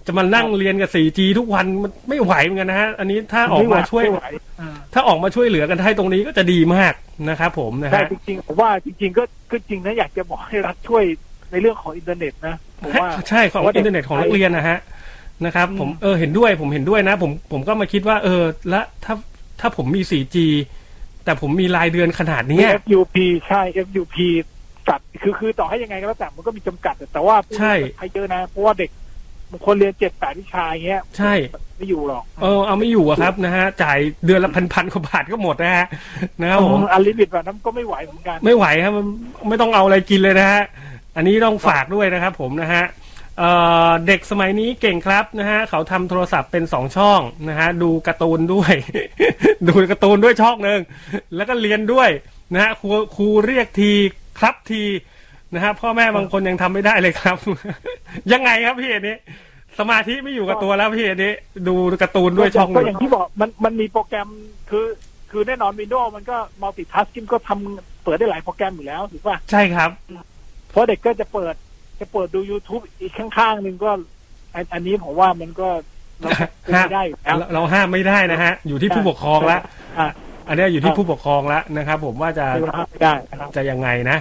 [SPEAKER 4] จะมานั่งเรียนกับ 4G ทุกวันมันไม่ไหวเหมือนกันนะฮะ อันนี้ถ้าออกมาช่วย
[SPEAKER 5] ไไหเออ
[SPEAKER 4] ถ้าออกมาช่วยเหลือกันให้ตรงนี้ก็จะดีมากนะครับผมนะ
[SPEAKER 5] ใช่
[SPEAKER 4] ฮะ
[SPEAKER 5] จริงๆผมว่าจริง ๆ ก็ก็จริงนะอยากจะบอกให้รัฐช่วยในเรื่องของอินเทอร์เน็ตนะผมว่า
[SPEAKER 4] ใช่ขอ
[SPEAKER 5] ผ
[SPEAKER 4] ง
[SPEAKER 5] มว่า
[SPEAKER 4] อินเทอร์เน็ตของนักเรียนนะฮะนะครับ ผม
[SPEAKER 5] อืม
[SPEAKER 4] เออเห็นด้วยผมเห็นด้วยนะ ผมผมก็มาคิดว่า เออ และถ้าถ้าผมมี 4G แต่ผมมีรายเดือนขนาดเนี้ย
[SPEAKER 5] FUP ใช่ FUP ตัดคือคือต่อให้ยังไงก็แล้วแต่มันก็มีจำกัด แต่ว่า
[SPEAKER 4] ใช่
[SPEAKER 5] ใครเยอะนะ เพราะว่าเด็กบางคนเรียนเจ็ดแปดวิชาอย่างเงี้ย
[SPEAKER 4] ใช่
[SPEAKER 5] ไม่อยู่หรอก
[SPEAKER 4] เออเอาไม่อยู่อะครับนะฮะจ่ายเดือนละพันพันกว่าบาทก็หมดนะฮะนะครับผม
[SPEAKER 5] อันลิมิตแบบนั้นก็ไม่ไหวเหมือนกัน
[SPEAKER 4] ไม่ไหวครับมันไม่ต้องเอาอะไรกินเลยนะฮะอันนี้ต้องฝากด้วยนะครับผมนะฮะเอ่อเด็กสมัยนี้เก่งครับนะฮะเขาทำโทรศัพท์เป็นสองช่องนะฮะดูการ์ตูนด้วย ดูการ์ตูนด้วยช่องหนึ่ง แล้วก็เรียนด้วยนะฮะครูครูเรียกทีครับทีนะฮะพ่อแม่บางคนยังทำไม่ได้เลยครับ ยังไงครับพี่เอันนี้ สมาธิไม่อยู่กับตัวแล้วพี่เอันนี้ ดูการ์ตูนด้วยช่องห
[SPEAKER 5] ก็
[SPEAKER 4] นึ่
[SPEAKER 5] อง ย่างที่บอกมันมันมีโปรแกรมคือคือแน่นอนวินโดว์มันก็มัลติทัสกิ้ก็ทำเปิดได้หลายโปรแกรมอยู่แล้วถูกป่ะ
[SPEAKER 4] ใช่ครับ
[SPEAKER 5] เพราะเด็กก็จะเปิดจะเปิดดู YouTube อีกข้างๆหนึ่งก็อันอันนี้ผมว่ามันก็เราคุมไม่ได้อยู่แล้ว
[SPEAKER 4] เราเราห้ามไม่ได้นะฮะ อยู่ที่ผู้ปกครองละ
[SPEAKER 5] อ่ะ
[SPEAKER 4] อันเนี้ยอยู่ที่ผู้ปกครองละนะครับผมว่าจะ
[SPEAKER 5] เราห้ามไม่ได้นะครับ
[SPEAKER 4] จะยังไงนะ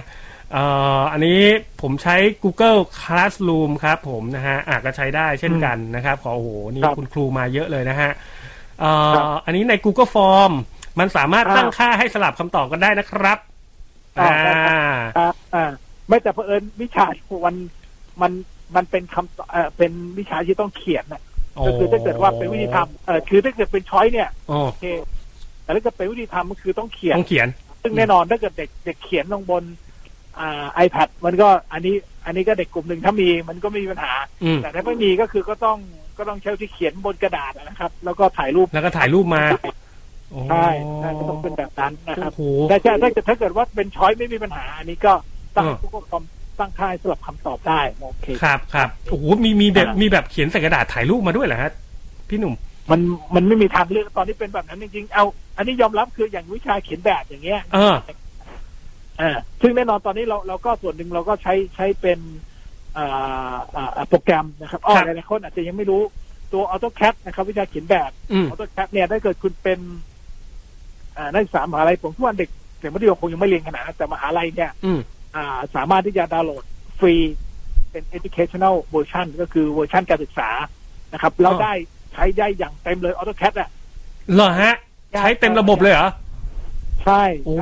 [SPEAKER 4] เอ่ออันนี้ผมใช้ Google Classroom ครับผมนะฮะอาจก็ใช้ได้เช่นกันนะครับขอโอ้โห นี่
[SPEAKER 5] ครับ
[SPEAKER 4] คุณครูมาเยอะเลยนะฮะเอ่อ
[SPEAKER 5] ครับ
[SPEAKER 4] อันนี้ใน Google Form มันสามารถ
[SPEAKER 5] อ่า
[SPEAKER 4] ตั้งค่าให้สลับคำตอบกันได้นะครับ
[SPEAKER 5] อ่า
[SPEAKER 4] อ่า
[SPEAKER 5] ได้ครับ อ่ะอ่ะไม่แต่เผอิญวิชาวันมันมันเป็นคำตอบเอ่อเป็นวิชาที่ต้องเขียนนะก็คือถ้าเกิดว่าเป็นวิธีทำเออคือถ้าเกิดเป็นช้อยเนี่ย
[SPEAKER 4] โอ้
[SPEAKER 5] โอเคแต่ถ้าเกิดเป็นวิธีทำก็คือต้องเขียน
[SPEAKER 4] ต้องเขียน
[SPEAKER 5] ซึ่งแน่นอนถ้าเกิดเด็กเด็กเขียนลงบนอ่า iPad มันก็อันนี้ อันนี้ก็เด็กกลุ่มหนึ่งถ้ามีมันก็ไม่มีปัญหา
[SPEAKER 4] อืม
[SPEAKER 5] แต่ถ้าไม่มีก็คือก็ต้องก็ต้องใช้ที่เขียนบนกระดาษนะครับ แล้วก็ถ่ายรูป
[SPEAKER 4] แล้วก็ถ่ายรูปมาโอ้
[SPEAKER 5] ใช่ใช่ก็ต้องเป็นแบบนั้นนะครับ
[SPEAKER 4] โอ้โห
[SPEAKER 5] แต่ถ้าถ้าเกิดถ้าเกิดว่าเป็นช้อยไม่มีปัญหา อันนี้ก็ตั้ง
[SPEAKER 4] อ่า
[SPEAKER 5] ผู้ปกครองตั้งค่ายสลับคำตอบได้โอเค
[SPEAKER 4] ครับครับโอ้โหมีมีแบบ
[SPEAKER 5] อ่ามี
[SPEAKER 4] มีแบบเขียนใส่กระดาษถ่ายรูปมาด้วยเหรอฮะพี่หนุ่ม
[SPEAKER 5] มันมันไม่มีทางเลือกตอนนี้เป็นแบบนั้นจริงๆเอา อันนี้ยอมรับคืออย่างวิชาเขียนแบบอย่างเงี้ย
[SPEAKER 4] เออ
[SPEAKER 5] อ่าซึ่งแน่นอนตอนนี้เราเราก็ส่วนหนึ่งเราก็ใช้ใช้เป็นอ่าอ่าอ่าโปรแกรมนะครับอ๋อ
[SPEAKER 4] ครับ
[SPEAKER 5] หลายๆคนอาจจะยังไม่รู้ตัว AutoCAD นะครับ วิชาเขียนแบบ
[SPEAKER 4] อืม
[SPEAKER 5] AutoCAD เนี่ยถ้าเกิดคุณเป็นอ่านักศึกษามหาลัยผมว่าเด็กเด็กมัธยมคงยังไม่เรียนขนาดนั้นแต่มหาลัยเนี่ย
[SPEAKER 4] อืม
[SPEAKER 5] อ่าสามารถที่จะดาวน์โหลดฟรีเป็น educational version ก็คือเวอร์ชันการศึกษานะครับเราได้ใช้ได้อย่างเต็มเลย AutoCAD อ่ะ
[SPEAKER 4] เหรอฮะ ใช้เต็มระบบเลยเหรอ
[SPEAKER 5] ใช่
[SPEAKER 4] โอ้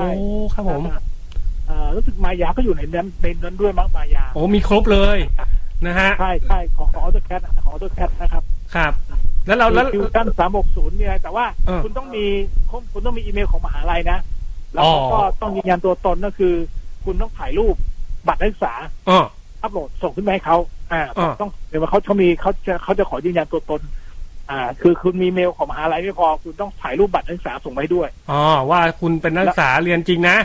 [SPEAKER 5] ใช่
[SPEAKER 4] ครับผม
[SPEAKER 5] อ่ารู้สึกมายาก็อยู่ในนั้นในนั้นด้วยมั้งมายา
[SPEAKER 4] โอ้มีครบเลยนะฮะ
[SPEAKER 5] ใช่ใช่ของของ AutoCAD อะของ AutoCAD นะครับ
[SPEAKER 4] ครับ แล้วเราแล้ว
[SPEAKER 5] ฟิวชั่นสามหกศูนย์มีอะไรแต่ว่า
[SPEAKER 4] เออ
[SPEAKER 5] คุณต้องมีคุณคุณต้องมีอีเมลของมหาลัยนะ แล้วเขา
[SPEAKER 4] อ๋อ
[SPEAKER 5] ก็ต้องยืนยันตัวตนก็คือ คุณต้องถ่ายรูปบัตรนักศึกษา
[SPEAKER 4] อ๋อ
[SPEAKER 5] อัปโหลดส่งขึ้นมาให้เขาอ่า
[SPEAKER 4] เออ
[SPEAKER 5] ต้องเดี๋ยวว่าเขาเขามีเขาจะเขาจะขอยืนยันตัวตน อ่า คือคุณมีเมลของมหาลัยไม่พอ คุณต้องถ่ายรูปบัตรนักศึกษาส่งไปด้วย
[SPEAKER 4] อ๋อว่าคุณเป็นนักศึกษาเรียนจริงนะ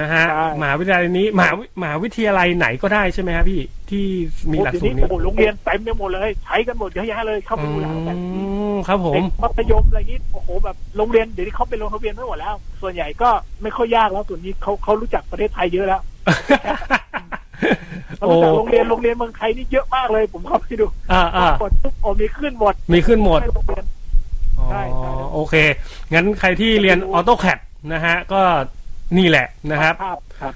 [SPEAKER 4] นะฮะ
[SPEAKER 5] ใช่
[SPEAKER 4] มหาวิทยาลัยนี้มหาวิมหาวิทยาลัยไหนก็ได้ใช่ไหมฮะพี่ที่มีหลัก
[SPEAKER 5] โอ้
[SPEAKER 4] สูต
[SPEAKER 5] เดี๋ยว
[SPEAKER 4] รนี้
[SPEAKER 5] นี้โอ้โหโรงเรียนเต็มไปหมดเลย ใช้กันหมดเยอะแยะเลยเข้าไป
[SPEAKER 4] อื
[SPEAKER 5] ดูแล้วแบบ
[SPEAKER 4] มครับผม
[SPEAKER 5] เด็กมัธยมอะไรนี้โอ้โหแบบโรงเรียนเดี๋ยวนี้เขาไปลงทะเบียนไว้หมดแล้ว ส่วนใหญ่ก็ไม่ค่อยยากแล้วส่วนนี้เขาเขารู้จักประเทศไทยเยอะแล้วเขา
[SPEAKER 4] โอ้
[SPEAKER 5] รู้จักโรงเรียนโรงเรียนเมืองไทยนี่เยอะมากเลย ผมเข้าไปดู
[SPEAKER 4] อ่าอ่าก
[SPEAKER 5] ดปุ๊บโอ้มีขึ้นหมด
[SPEAKER 4] มีขึ้นหมด
[SPEAKER 5] ให้โรงเรียน
[SPEAKER 4] อ๋อ
[SPEAKER 5] ใช่ใช่ครับ
[SPEAKER 4] โอเค งั้นใครที่เรียน AutoCAD นะฮะ ก็นี่แหละนะครับ
[SPEAKER 5] ภาพครับ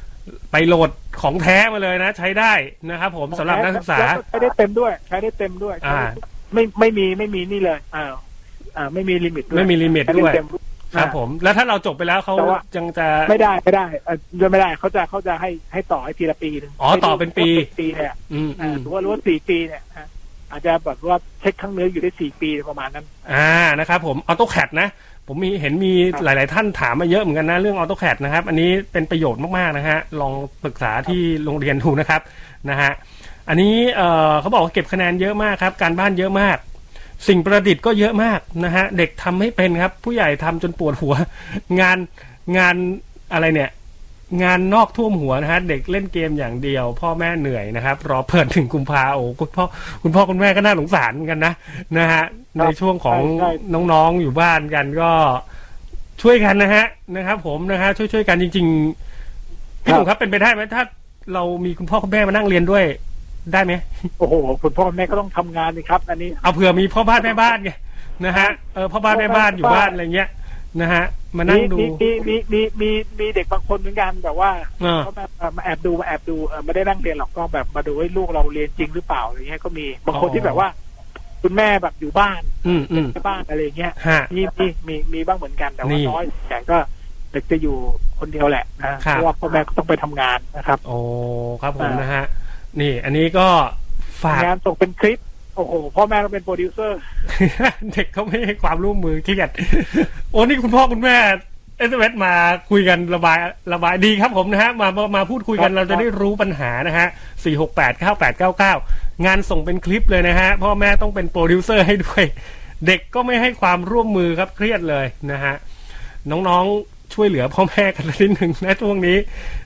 [SPEAKER 4] ไปโหลดของแท้มาเลยนะ ใช้ได้นะครับผมสำหรับนักศึกษา
[SPEAKER 5] แล้วใช้ได้เต็มด้วย ใช้ได้เต็มด้วย
[SPEAKER 4] อ่า
[SPEAKER 5] ไม่ไม่มีไม่มีนี่เลยอ่าอ่าไม่มีลิมิตด้วย
[SPEAKER 4] ไม่มีลิมิต
[SPEAKER 5] ใช้
[SPEAKER 4] ด้วย
[SPEAKER 5] ไเต็ม
[SPEAKER 4] ครับผม แล้วถ้าเราจบไปแล้วเขา
[SPEAKER 5] แต่ว่า
[SPEAKER 4] ยังจะ
[SPEAKER 5] ไม่ได้ไม่ได้เอ่อไม่ได้เขาจะเขาจะให้ให้ต่อให้ทีละปีหนึ่ง
[SPEAKER 4] อ๋อต่อเป็นปี
[SPEAKER 5] ให้ดูว่าปีเนี่ย
[SPEAKER 4] อืม
[SPEAKER 5] เอ่
[SPEAKER 4] อื
[SPEAKER 5] อ
[SPEAKER 4] ม
[SPEAKER 5] หรือว่าหรือว่าสี่ปีเนี่ยฮะอาจจะแบบว่าเช็คข้างเนื้ออยู่ได้สี่ปีประมาณนั้น
[SPEAKER 4] อ่านะครับผมออโต้แคดนะ ผมมีเห็นมี
[SPEAKER 5] ครับ
[SPEAKER 4] หลาย ๆ ท่านถามมาเยอะเหมือนกันนะเรื่องออโต้แคดนะครับ อันนี้เป็นประโยชน์มาก ๆ นะฮะ ลองปรึกษาที่โรงเรียนดูนะครับนะฮะอันนี้เอ่อเขาบอกว่าเก็บคะแนนเยอะมากครับ การบ้านเยอะมาก สิ่งประดิษฐ์ก็เยอะมากนะฮะ เด็กทำไม่เป็นครับ ผู้ใหญ่ทำจนปวดหัว งานงานอะไรเนี่ย งานนอกท่วมหัวนะฮะ เด็กเล่นเกมอย่างเดียว พ่อแม่เหนื่อยนะครับ รอเปิดถึงกุมภาโอ้คุณพ่อคุณพ่อคุณแม่ก็น่าสงสารเหมือนกันนะนะฮะในช่วงของ
[SPEAKER 5] ใช่
[SPEAKER 4] น้องๆอยู่บ้านกันก็ช่วยกันนะฮะนะครับ ผมนะฮะช่วยช่วยๆกันจริง ๆ พี่หนุ่มครับเป็นไปได้ไหมถ้า เรามีคุณพ่อคุณแม่มานั่งเรียนด้วยได้ไหม
[SPEAKER 5] โอ้โหคุณพ่อคุณแม่ก็ต้องทำงานสิครับ อันนี้
[SPEAKER 4] เอาเผื่อมีพ่อบ้านแม่บ้านไงนะฮะเออพ่อบ้านแม่บ้านอยู่บ้านอะไรเงี้ยนะฮะมานั่งดู
[SPEAKER 5] มีมีมีมีมีมีเด็กบางคนเหมือนกันแบบว่า
[SPEAKER 4] เออ
[SPEAKER 5] เขาแบบเอ่อมาแอบดูมาแอบดูเอ่อไม่ได้นั่งเรียนหรอกก็แบบมาดูให้ลูกเราเรียนจริงหรือเปล่าอะไรเงี้ยก็มีบางคนที่แบบว่า คุณแม่แบบอยู่บ้าน
[SPEAKER 4] อืมอืม
[SPEAKER 5] แม่บ้านอะไรเงี้ย
[SPEAKER 4] ฮะ
[SPEAKER 5] มีมีมีมีบ้างเหมือนกันแต่
[SPEAKER 4] นี่
[SPEAKER 5] ว่าน้อยแต่ก็เด็กจะอยู่คนเดียวแหละนะ
[SPEAKER 4] ครั
[SPEAKER 5] เพ
[SPEAKER 4] บ
[SPEAKER 5] ราะว่าพ่อแม่ก็ต้องไปทำงานนะครับ
[SPEAKER 4] โอ้ครับผม
[SPEAKER 5] อ่าน
[SPEAKER 4] นะฮะนี่ อันนี้ก็ฝาก
[SPEAKER 5] งานส่งเป็นคลิปโอ้โหพ่อแม่ต้องเป็นโปรดิวเซอร์
[SPEAKER 4] เด็กเขาไม่ให้ความร่วมมือเครียดโอ้นี่คุณพ่อคุณแม่เอสเมาคุยกันระบายระบายดีครับผมนะฮะมามามาพูดคุยกัน
[SPEAKER 5] ครับ
[SPEAKER 4] เราจะได้รู้ปัญหานะฮะสี่หกแปดเก้าแปดเก้าเก้างานส่งเป็นคลิปเลยนะฮะพ่อแม่ต้องเป็นโปรดิวเซอร์ให้ด้วย เด็กก็ไม่ให้ความร่วมมือครับเครียดเลยนะฮะน้องๆช่วยเหลือพ่อแม่กันนิดหนึ่งนะช่วงนี้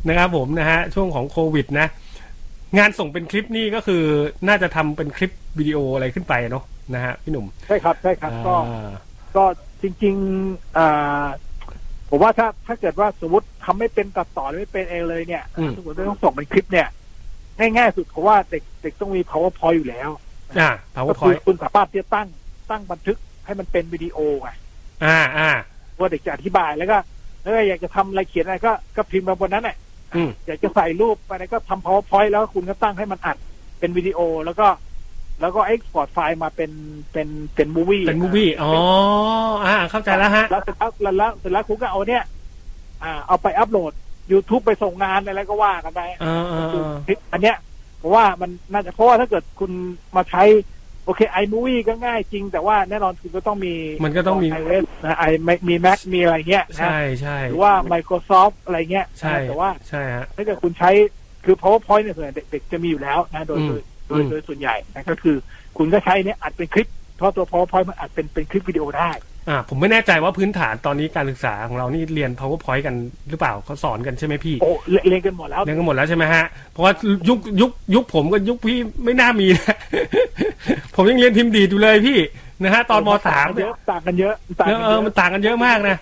[SPEAKER 4] นะครับผมนะฮะช่วงของโควิดนะ งานส่งเป็นคลิปนี่ก็คือน่าจะทำเป็นคลิปวิดีโออะไรขึ้นไปเนาะนะฮะพี่หนุ่ม
[SPEAKER 5] ใช่ครับใช่ครับก็
[SPEAKER 4] อ่า
[SPEAKER 5] ก็จริงๆเอ่อผมว่าถ้าถ้าเกิดว่าสมมติทำไม่เป็นตัดต่อหรือไม่เป็นเองเลยเนี่ยสมมติต้องส่งเป็นคลิปเนี่ย ง่ายๆสุดเพราะว่าเด็กเด็กต้องมี powerpoint อยู่แล้ว
[SPEAKER 4] อ่า
[SPEAKER 5] ก็คือ
[SPEAKER 4] powerpoint
[SPEAKER 5] คุณสามารถที่จะตั้งตั้งบันทึกให้มันเป็นวิดีโอไง
[SPEAKER 4] อ่าอ่า
[SPEAKER 5] ว่าเด็กจะอธิบายแล้วก็แล้วก็อยากจะทำอะไรเขียนอะไรก็ก็พิมพ์มาบนนั้นแหละ
[SPEAKER 4] อืม
[SPEAKER 5] อยากจะใส่รูปอะไรก็ทำ powerpoint แล้วคุณก็ตั้งให้มันอัดเป็นวิดีโอแล้วก็ แล้วก็ export ไฟล์มาเป็นเป็นเป็นมูวี่
[SPEAKER 4] เป็นมูวี่อ๋อ อ่า เข้าใจแล้วฮะ
[SPEAKER 5] แล้วเสร็จแล้วแล้วแล้วเสร็จแล้วคุณก็เอาเนี่ย อ่า เอาไปอัพโหลด YouTube ไปส่งงานอะไรก็ว่ากันไป
[SPEAKER 4] เออเออเออ
[SPEAKER 5] คืออันเนี้ยเพราะว่ามันน่าจะเพราะว่าถ้าเกิดคุณมาใช้ โอเคไอมูวี่ก็ง่ายจริง แต่ว่าแน่นอนคุณก็ต้องมี
[SPEAKER 4] มันก็ต้องมี
[SPEAKER 5] ไอเอสนะไอมีแม็กมีอะไรเงี้ยนะ
[SPEAKER 4] ใช่ใช่
[SPEAKER 5] หรือว่า Microsoft อะไรเงี้ย
[SPEAKER 4] ใช่
[SPEAKER 5] นะแต่ว่า
[SPEAKER 4] ใช่ฮะ
[SPEAKER 5] ถ้าเกิดคุณใช้คือ PowerPoint เนี่ยส่วนใหญ่เด็กๆจะมีอยู่แล้วนะโดยโดยโดย
[SPEAKER 4] อืม
[SPEAKER 5] โดยส่วนใหญ่นะก็คือ คุณก็ใช้เนี่ยอัดเป็นคลิปเพราะตัว PowerPoint มันอัดเป็นเป็นคลิปวิดีโอได้
[SPEAKER 4] อ่า ผมไม่แน่ใจว่าพื้นฐานตอนนี้การศึกษาของเรานี่เรียน powerpoint กันหรือเปล่าเขาสอนกันใช่ไหมพี่
[SPEAKER 5] โอ้เรียนเรียนกันหมดแล้ว
[SPEAKER 4] เรียนกันหมดแล้วใช่ไหมฮะ เพราะว่ายุคยุคยุคผมกับยุคพี่ไม่น่ามีนะ ผมยังเรียนพิมพ์ดีดอยู่เลยพี่นะฮะตอนมสาม
[SPEAKER 5] เย
[SPEAKER 4] เนี่ย
[SPEAKER 5] อะต่างกันเยอะต่าง
[SPEAKER 4] เอ
[SPEAKER 5] กั
[SPEAKER 4] อน เอ
[SPEAKER 5] เย
[SPEAKER 4] อ
[SPEAKER 5] อะ
[SPEAKER 4] มันต่างกันเยอะมากนะ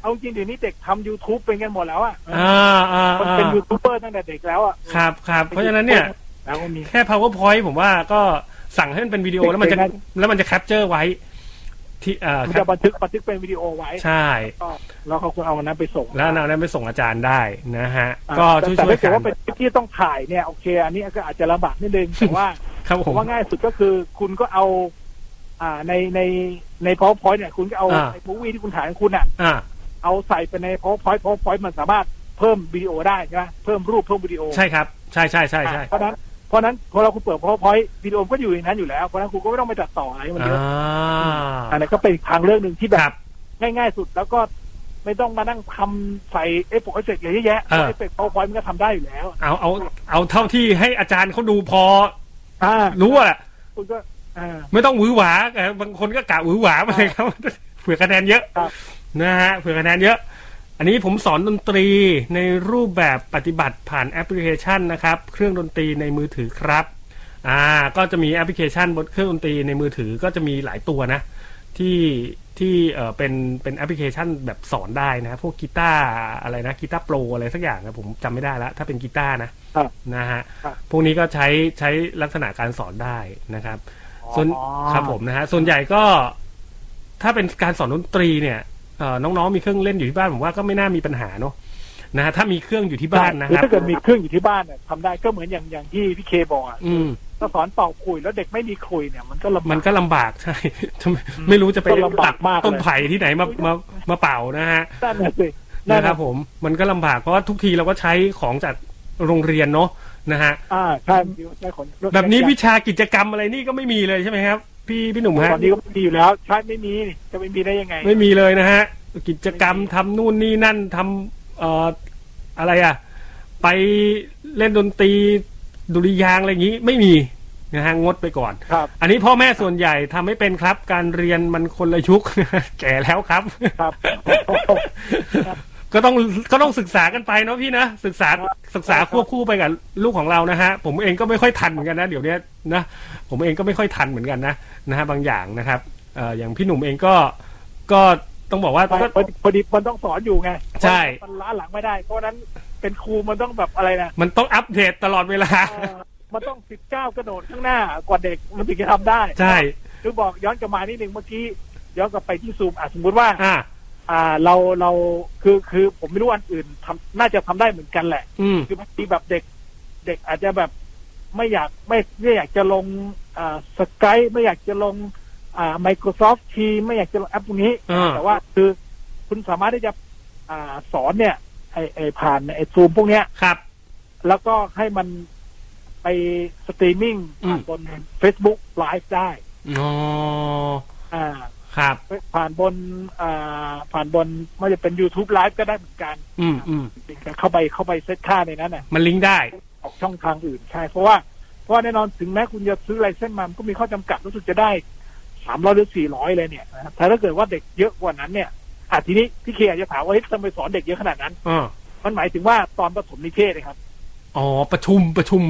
[SPEAKER 5] เอาจริงเดี๋ยวนี้เด็กทำ YouTube เป็นกันหมดแล้วอ่ะ
[SPEAKER 4] อ่าอ่า
[SPEAKER 5] มัน
[SPEAKER 4] อ่า
[SPEAKER 5] เป็นยูทูบเบอร์ตั้งแต่เด็กแล้วอ่ะ
[SPEAKER 4] ครับครับเพราะฉะนั้นเนี่ย
[SPEAKER 5] แล้วก็มี
[SPEAKER 4] แค่ powerpoint ผมว่าก็สั่งให้มันเป็นวิดีโอแล้วมันจะ
[SPEAKER 5] เป็นได้
[SPEAKER 4] แล้วมันจะแคปเจอร์ไว้ ที่เอ่อ
[SPEAKER 5] มัน
[SPEAKER 4] แค
[SPEAKER 5] จะ
[SPEAKER 4] ป
[SPEAKER 5] บันทึกบันทึกเป็นวิดีโอไว้
[SPEAKER 4] ใช่
[SPEAKER 5] ก็แล้วเขาคุณเอาวันนั้นไปส่ง
[SPEAKER 4] แล้วเอานั้นไปส่งอาจารย์ได้นะฮะ
[SPEAKER 5] อ่ะ
[SPEAKER 4] ก็
[SPEAKER 5] แต่
[SPEAKER 4] ช่วย
[SPEAKER 5] แต่ถ้าย เกิ
[SPEAKER 4] ช่วกั
[SPEAKER 5] ด
[SPEAKER 4] น
[SPEAKER 5] ว่าเป็นคลิปที่ต้องถ่ายเนี่ยโอเค อันนี้ก็อาจจะลำบากนิดนึงแต่ว่า
[SPEAKER 4] ครับผ
[SPEAKER 5] ผม
[SPEAKER 4] ม
[SPEAKER 5] ว่าง่ายสุดก็คือคุณก็เอา อ่าในในใน powerpoint เนี่ยคุณก็เอา
[SPEAKER 4] อ่า
[SPEAKER 5] ไอ้มูวี่ที่คุณถ่ายของคุณอ่ะ
[SPEAKER 4] อ่า
[SPEAKER 5] เอาใส่ไปใน powerpoint powerpoint มันสามารถเพิ่มวิดีโอได้ใช่ไหมเพิ่มรูปเพิ่มวิดีโอ
[SPEAKER 4] ใช่ครับ ใช่ใช่ใช่ใช่
[SPEAKER 5] เพราะฉะนั้นเพราะฉะนั้นพอเราคุณเปิด PowerPoint วิดีโอก็อยู่ในนั้นอยู่แล้ว เพราะฉะนั้นคุณก็ไม่ต้องไปตัดต่ออะไรให้มัน
[SPEAKER 4] อ่
[SPEAKER 5] เยอะ
[SPEAKER 4] า
[SPEAKER 5] อันนั้นก็เป็นอีกทางเรื่องหนึ่งที่แบ
[SPEAKER 4] ครับ บ
[SPEAKER 5] ง่ายๆสุดแล้วก็ไม่ต้องมานั่งทำใส่เอฟเฟกต์เอฟเฟกต์อะไรเยอะแยะ
[SPEAKER 4] เออ
[SPEAKER 5] เอฟเฟกต์ PowerPoint มันก็ทำได้อยู่แล้ว
[SPEAKER 4] เอาเอาเอาเท่าที่ให้อาจารย์เขาดูพอ
[SPEAKER 5] อ่า
[SPEAKER 4] รู้อะ
[SPEAKER 5] คุณก็อ่า
[SPEAKER 4] ไม่ต้องหวือหวาเอ่อบางคนก็กะหวือหวามาเลยครับ เผื่อคะแนนเยอะ
[SPEAKER 5] ครับ
[SPEAKER 4] นะฮะเผื่อคะแนนเยอะ อันนี้ผมสอนดนตรีในรูปแบบปฏิบัติผ่านแอปพลิเคชันนะครับ เครื่องดนตรีในมือถือครับอ่าก็จะมีแอปพลิเคชันบนเครื่องดนตรีในมือถือก็จะมีหลายตัวนะ ที่ที่เออเป็นเป็นแอปพลิเคชันแบบสอนได้นะ พวกกีตาร์อะไรนะกีตาร์โปรอะไรสักอย่างนะผมจำไม่ได้ละถ้าเป็นกีตาร์นะครับ นะฮะ
[SPEAKER 5] ครับ
[SPEAKER 4] พวกนี้ก็ใช้ใช้ลักษณะการสอนได้นะครับ ส่วน
[SPEAKER 5] อ๋อ
[SPEAKER 4] ครับผมนะฮะส่วนใหญ่ก็ถ้าเป็นการสอนดนตรีเนี่ยเอ่อน้องๆมีเครื่องเล่นอยู่ที่บ้านผมว่าก็ไม่น่ามีปัญหาเนอะนะฮะถ้ามีเครื่องอยู่ที่บ้านนะ
[SPEAKER 5] หรือ
[SPEAKER 4] ครับ
[SPEAKER 5] ถ้าเกิดมีเครื่องอยู่ที่บ้านเนี่ยทำได้ก็เหมือนอย่างอย่างที่พี่เคบอกอะ
[SPEAKER 4] อืม
[SPEAKER 5] ถ้าสอนเป่าขลุยแล้วเด็กไม่มีขลุยเนี่ยมันก็ลำบาก
[SPEAKER 4] มันก็ลำบากใช่ ไม่รู้จะไป
[SPEAKER 5] ก็ลำบา
[SPEAKER 4] ตั
[SPEAKER 5] ก
[SPEAKER 4] ด
[SPEAKER 5] มากเลย
[SPEAKER 4] ต้นไผ่ที่ไหนมามา มาเป่านะฮะ
[SPEAKER 5] นั่นน่ะสินั่น
[SPEAKER 4] นะครับผมมันก็ลำบากเพราะว่าทุกทีเราก็ใช้ของจากโรงเรียนเนาะนะฮะ
[SPEAKER 5] อ่าใช่ใช่ขน
[SPEAKER 4] แบบนี้วิชากิจกรรมอะไรนี่ก็ไม่มีเลยใช่ไหมครับ พี่พี่หนุ่มฮะ
[SPEAKER 5] ตอนนี้ก็ไม่มีอยู่แล้วใช่ไม่มีจะไม่มีได้ยังไง
[SPEAKER 4] ไม่มีเลยนะฮะกิจกรรมทำนู่นนี่นั่นทำเอ่ออะไรอะไปเล่นดนตรีดุริยางค์อะไรอย่างนี้ไม่มีนะฮะงดไปก่อน
[SPEAKER 5] ครับ
[SPEAKER 4] อันนี้พ่อแม่ส่วนใหญ่ทำไม่เป็นครับ การเรียนมันคนละยุค แก่แล้วครับ
[SPEAKER 5] ครับ
[SPEAKER 4] ก็ต้องก็ต้องศึกษากันไปเนาะพี่นะศึกษา
[SPEAKER 5] ครับ
[SPEAKER 4] ศึกษา
[SPEAKER 5] ครับ
[SPEAKER 4] ควบคู่ไปกับลูกของเรานะฮะผมเองก็ไม่ค่อยทันเหมือนกันนะเดี๋ยวเนี้ยนะผมเองก็ไม่ค่อยทันเหมือนกันนะนะฮะบางอย่างนะครับเอ่ออย่างพี่หนุ่มเองก็ก็ต้องบอกว่าก็
[SPEAKER 5] พอดีพอดีมันต้องสอนอยู่ไง
[SPEAKER 4] ใช่
[SPEAKER 5] มันล้าหลังไม่ได้ เพราะฉะนั้นเป็นครูมันต้องแบบอะไร นะ
[SPEAKER 4] มันต้องอัปเดตตลอดเวลา
[SPEAKER 5] เอ่อมันต้องสิบเก้ากระโดดข้างหน้ากว่าเด็กมันถึงจะทำได้
[SPEAKER 4] ใช่
[SPEAKER 5] คือบอกย้อนกลับมานิดนึงเมื่อกี้ย้อนกลับไปที่ซูมอ่ะสมมุติว่า
[SPEAKER 4] อ่า
[SPEAKER 5] อ่าเราเราคือคือผมไม่รู้อันอื่นทำน่าจะทำได้เหมือนกันแหละ
[SPEAKER 4] อืม
[SPEAKER 5] คือบางทีแบบเด็ก เด็กอาจจะแบบไม่อยากไม่ไม่อยากจะลงอ่าสกายไม่อยากจะลงอ่า Microsoft Teams ไม่อยากจะลงแอปพวกนี้
[SPEAKER 4] อ่า
[SPEAKER 5] แต่ว่าคือคุณสามารถที่จะอ่าสอนเนี่ยไอไอผ่านไอซูมพวกเนี้ย
[SPEAKER 4] ครับ
[SPEAKER 5] แล้วก็ให้มันไปสตรีมมิ่งผ่าน
[SPEAKER 4] อืม
[SPEAKER 5] บน Facebook Live ได้
[SPEAKER 4] อ๋อ
[SPEAKER 5] อ่า
[SPEAKER 4] ครับ
[SPEAKER 5] ผ่านบนอ่าผ่านบนไม่ว่าจะเป็น YouTube Live ก็ได้เหมือนกัน
[SPEAKER 4] อืมอืม
[SPEAKER 5] เข้าไปเข้าไปเซตค่าในนั้นน่ะ
[SPEAKER 4] มันลิงก์ได้
[SPEAKER 5] ออกช่องทางอื่นใช่ เพราะว่าเพราะว่าแน่นอนถึงแม้คุณจะซื้อไลเซนส์มามันก็มีข้อจำกัดรู้สึกจะได้สามร้อยหรือสี่ร้อยเลยเนี่ยนะครับแต่ถ้าเกิดว่าเด็กเยอะกว่านั้นเนี่ยอ่ะทีนี้พี่เคอาจจะถามว่าเฮ้ยทำไมสอนเด็กเยอะขนาดนั้น
[SPEAKER 4] อ่า
[SPEAKER 5] มันหมายถึงว่าตอนประถมนิเทศนะครับ
[SPEAKER 4] อ๋อประชุมประชุม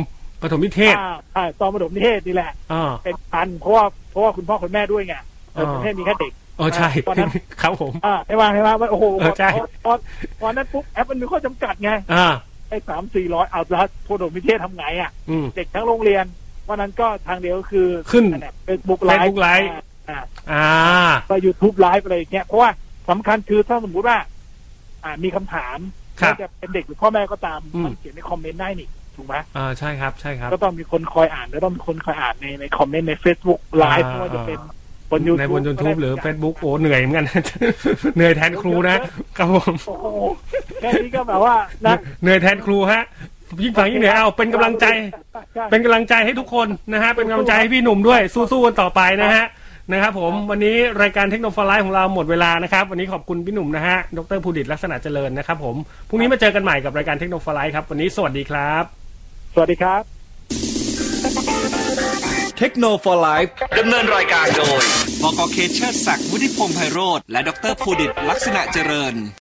[SPEAKER 4] ประถมนิเทศ
[SPEAKER 5] อ่าอ่าตอนประถมนิเทศนี่แหละ
[SPEAKER 4] อ่า
[SPEAKER 5] เป็นพันเพราะว่าเพราะว่าคุณพ่อคุณแม่ด้วยไงเออ
[SPEAKER 4] อ่า
[SPEAKER 5] ประเทศมีแค่เด็ก
[SPEAKER 4] อ๋อใช่
[SPEAKER 5] ตอนนั้น
[SPEAKER 4] ครับผม
[SPEAKER 5] อ่าใช่ไหมใช่ไหมว่าโอ้โห
[SPEAKER 4] เออใช่
[SPEAKER 5] พอพอนั้นปุ๊บแอปมันมีข้อจำกัดไง
[SPEAKER 4] อ่า
[SPEAKER 5] ไอ้สามสี่ร้อยเอาละประถมนิเทศทำไงอ่ะ
[SPEAKER 4] อืม
[SPEAKER 5] เด็กทั้งโรงเรียนวันนั้นก็ทางเดียวก็คือ
[SPEAKER 4] ขึ้น
[SPEAKER 5] เฟซบุ๊กไลฟ์
[SPEAKER 4] Facebook Live
[SPEAKER 5] อ่า
[SPEAKER 4] อ่า
[SPEAKER 5] ก็ยูทูบไลฟ์อะไรอย่างเงี้ยเพราะว่าสำคัญคือถ้าสมมุติว่า อ่ามีคำถาม
[SPEAKER 4] ครับ
[SPEAKER 5] ไม่ว่าจะเป็นเด็กหรือพ่อแม่ก็ตาม
[SPEAKER 4] อืม
[SPEAKER 5] มันเขียนในคอมเมนต์ได้นี่ถูกไหม
[SPEAKER 4] อ่าใช่ครับใช่ครับ
[SPEAKER 5] ก็ต้องมีคนคอยอ่านแล้วต้องมีคนคอยอ่านในในคอมเมนต์ใน Facebook ไลฟ์
[SPEAKER 4] อ่า
[SPEAKER 5] ไม่ว่าจะเป็นบนยูทูบ
[SPEAKER 4] ในบนยูทูบหรือ Facebook โอ้เหนื่อยเหมือน กัน เหนื่อยแทนครูนะครับผม
[SPEAKER 5] โอ้โหแค่นี้ก็แบบว่านะ
[SPEAKER 4] เหนื่อยแทนครูฮะยิ่งฟังยิ่งเหนื่อยเอาเป็นกำลังใจ
[SPEAKER 5] ใช่
[SPEAKER 4] เป็นกำลังใจให้ทุกคนนะฮะเป็นกำลังใจให้พี่หนุ่มด้วยสู้ๆกันต่อไปนะฮะนะครับผมวันนี้รายการเทคโนโลยีของเราหมดเวลานะครับ วันนี้ขอบคุณพี่หนุ่มนะฮะดรภูดิตลักษณะเจริญนะครับผมพรุ่งนี้มาเจอกันใหม่กับรายการเทคโนโลยีครับวันนี้สวัสดีครับ
[SPEAKER 5] สวัสดีครับ
[SPEAKER 3] เทคโนโลยีดำเนินรายการโดย บกเคเชอร์ศักดิ์วุฒิพงษ์ไพโรธและดรภูดิตลักษณะเจริญ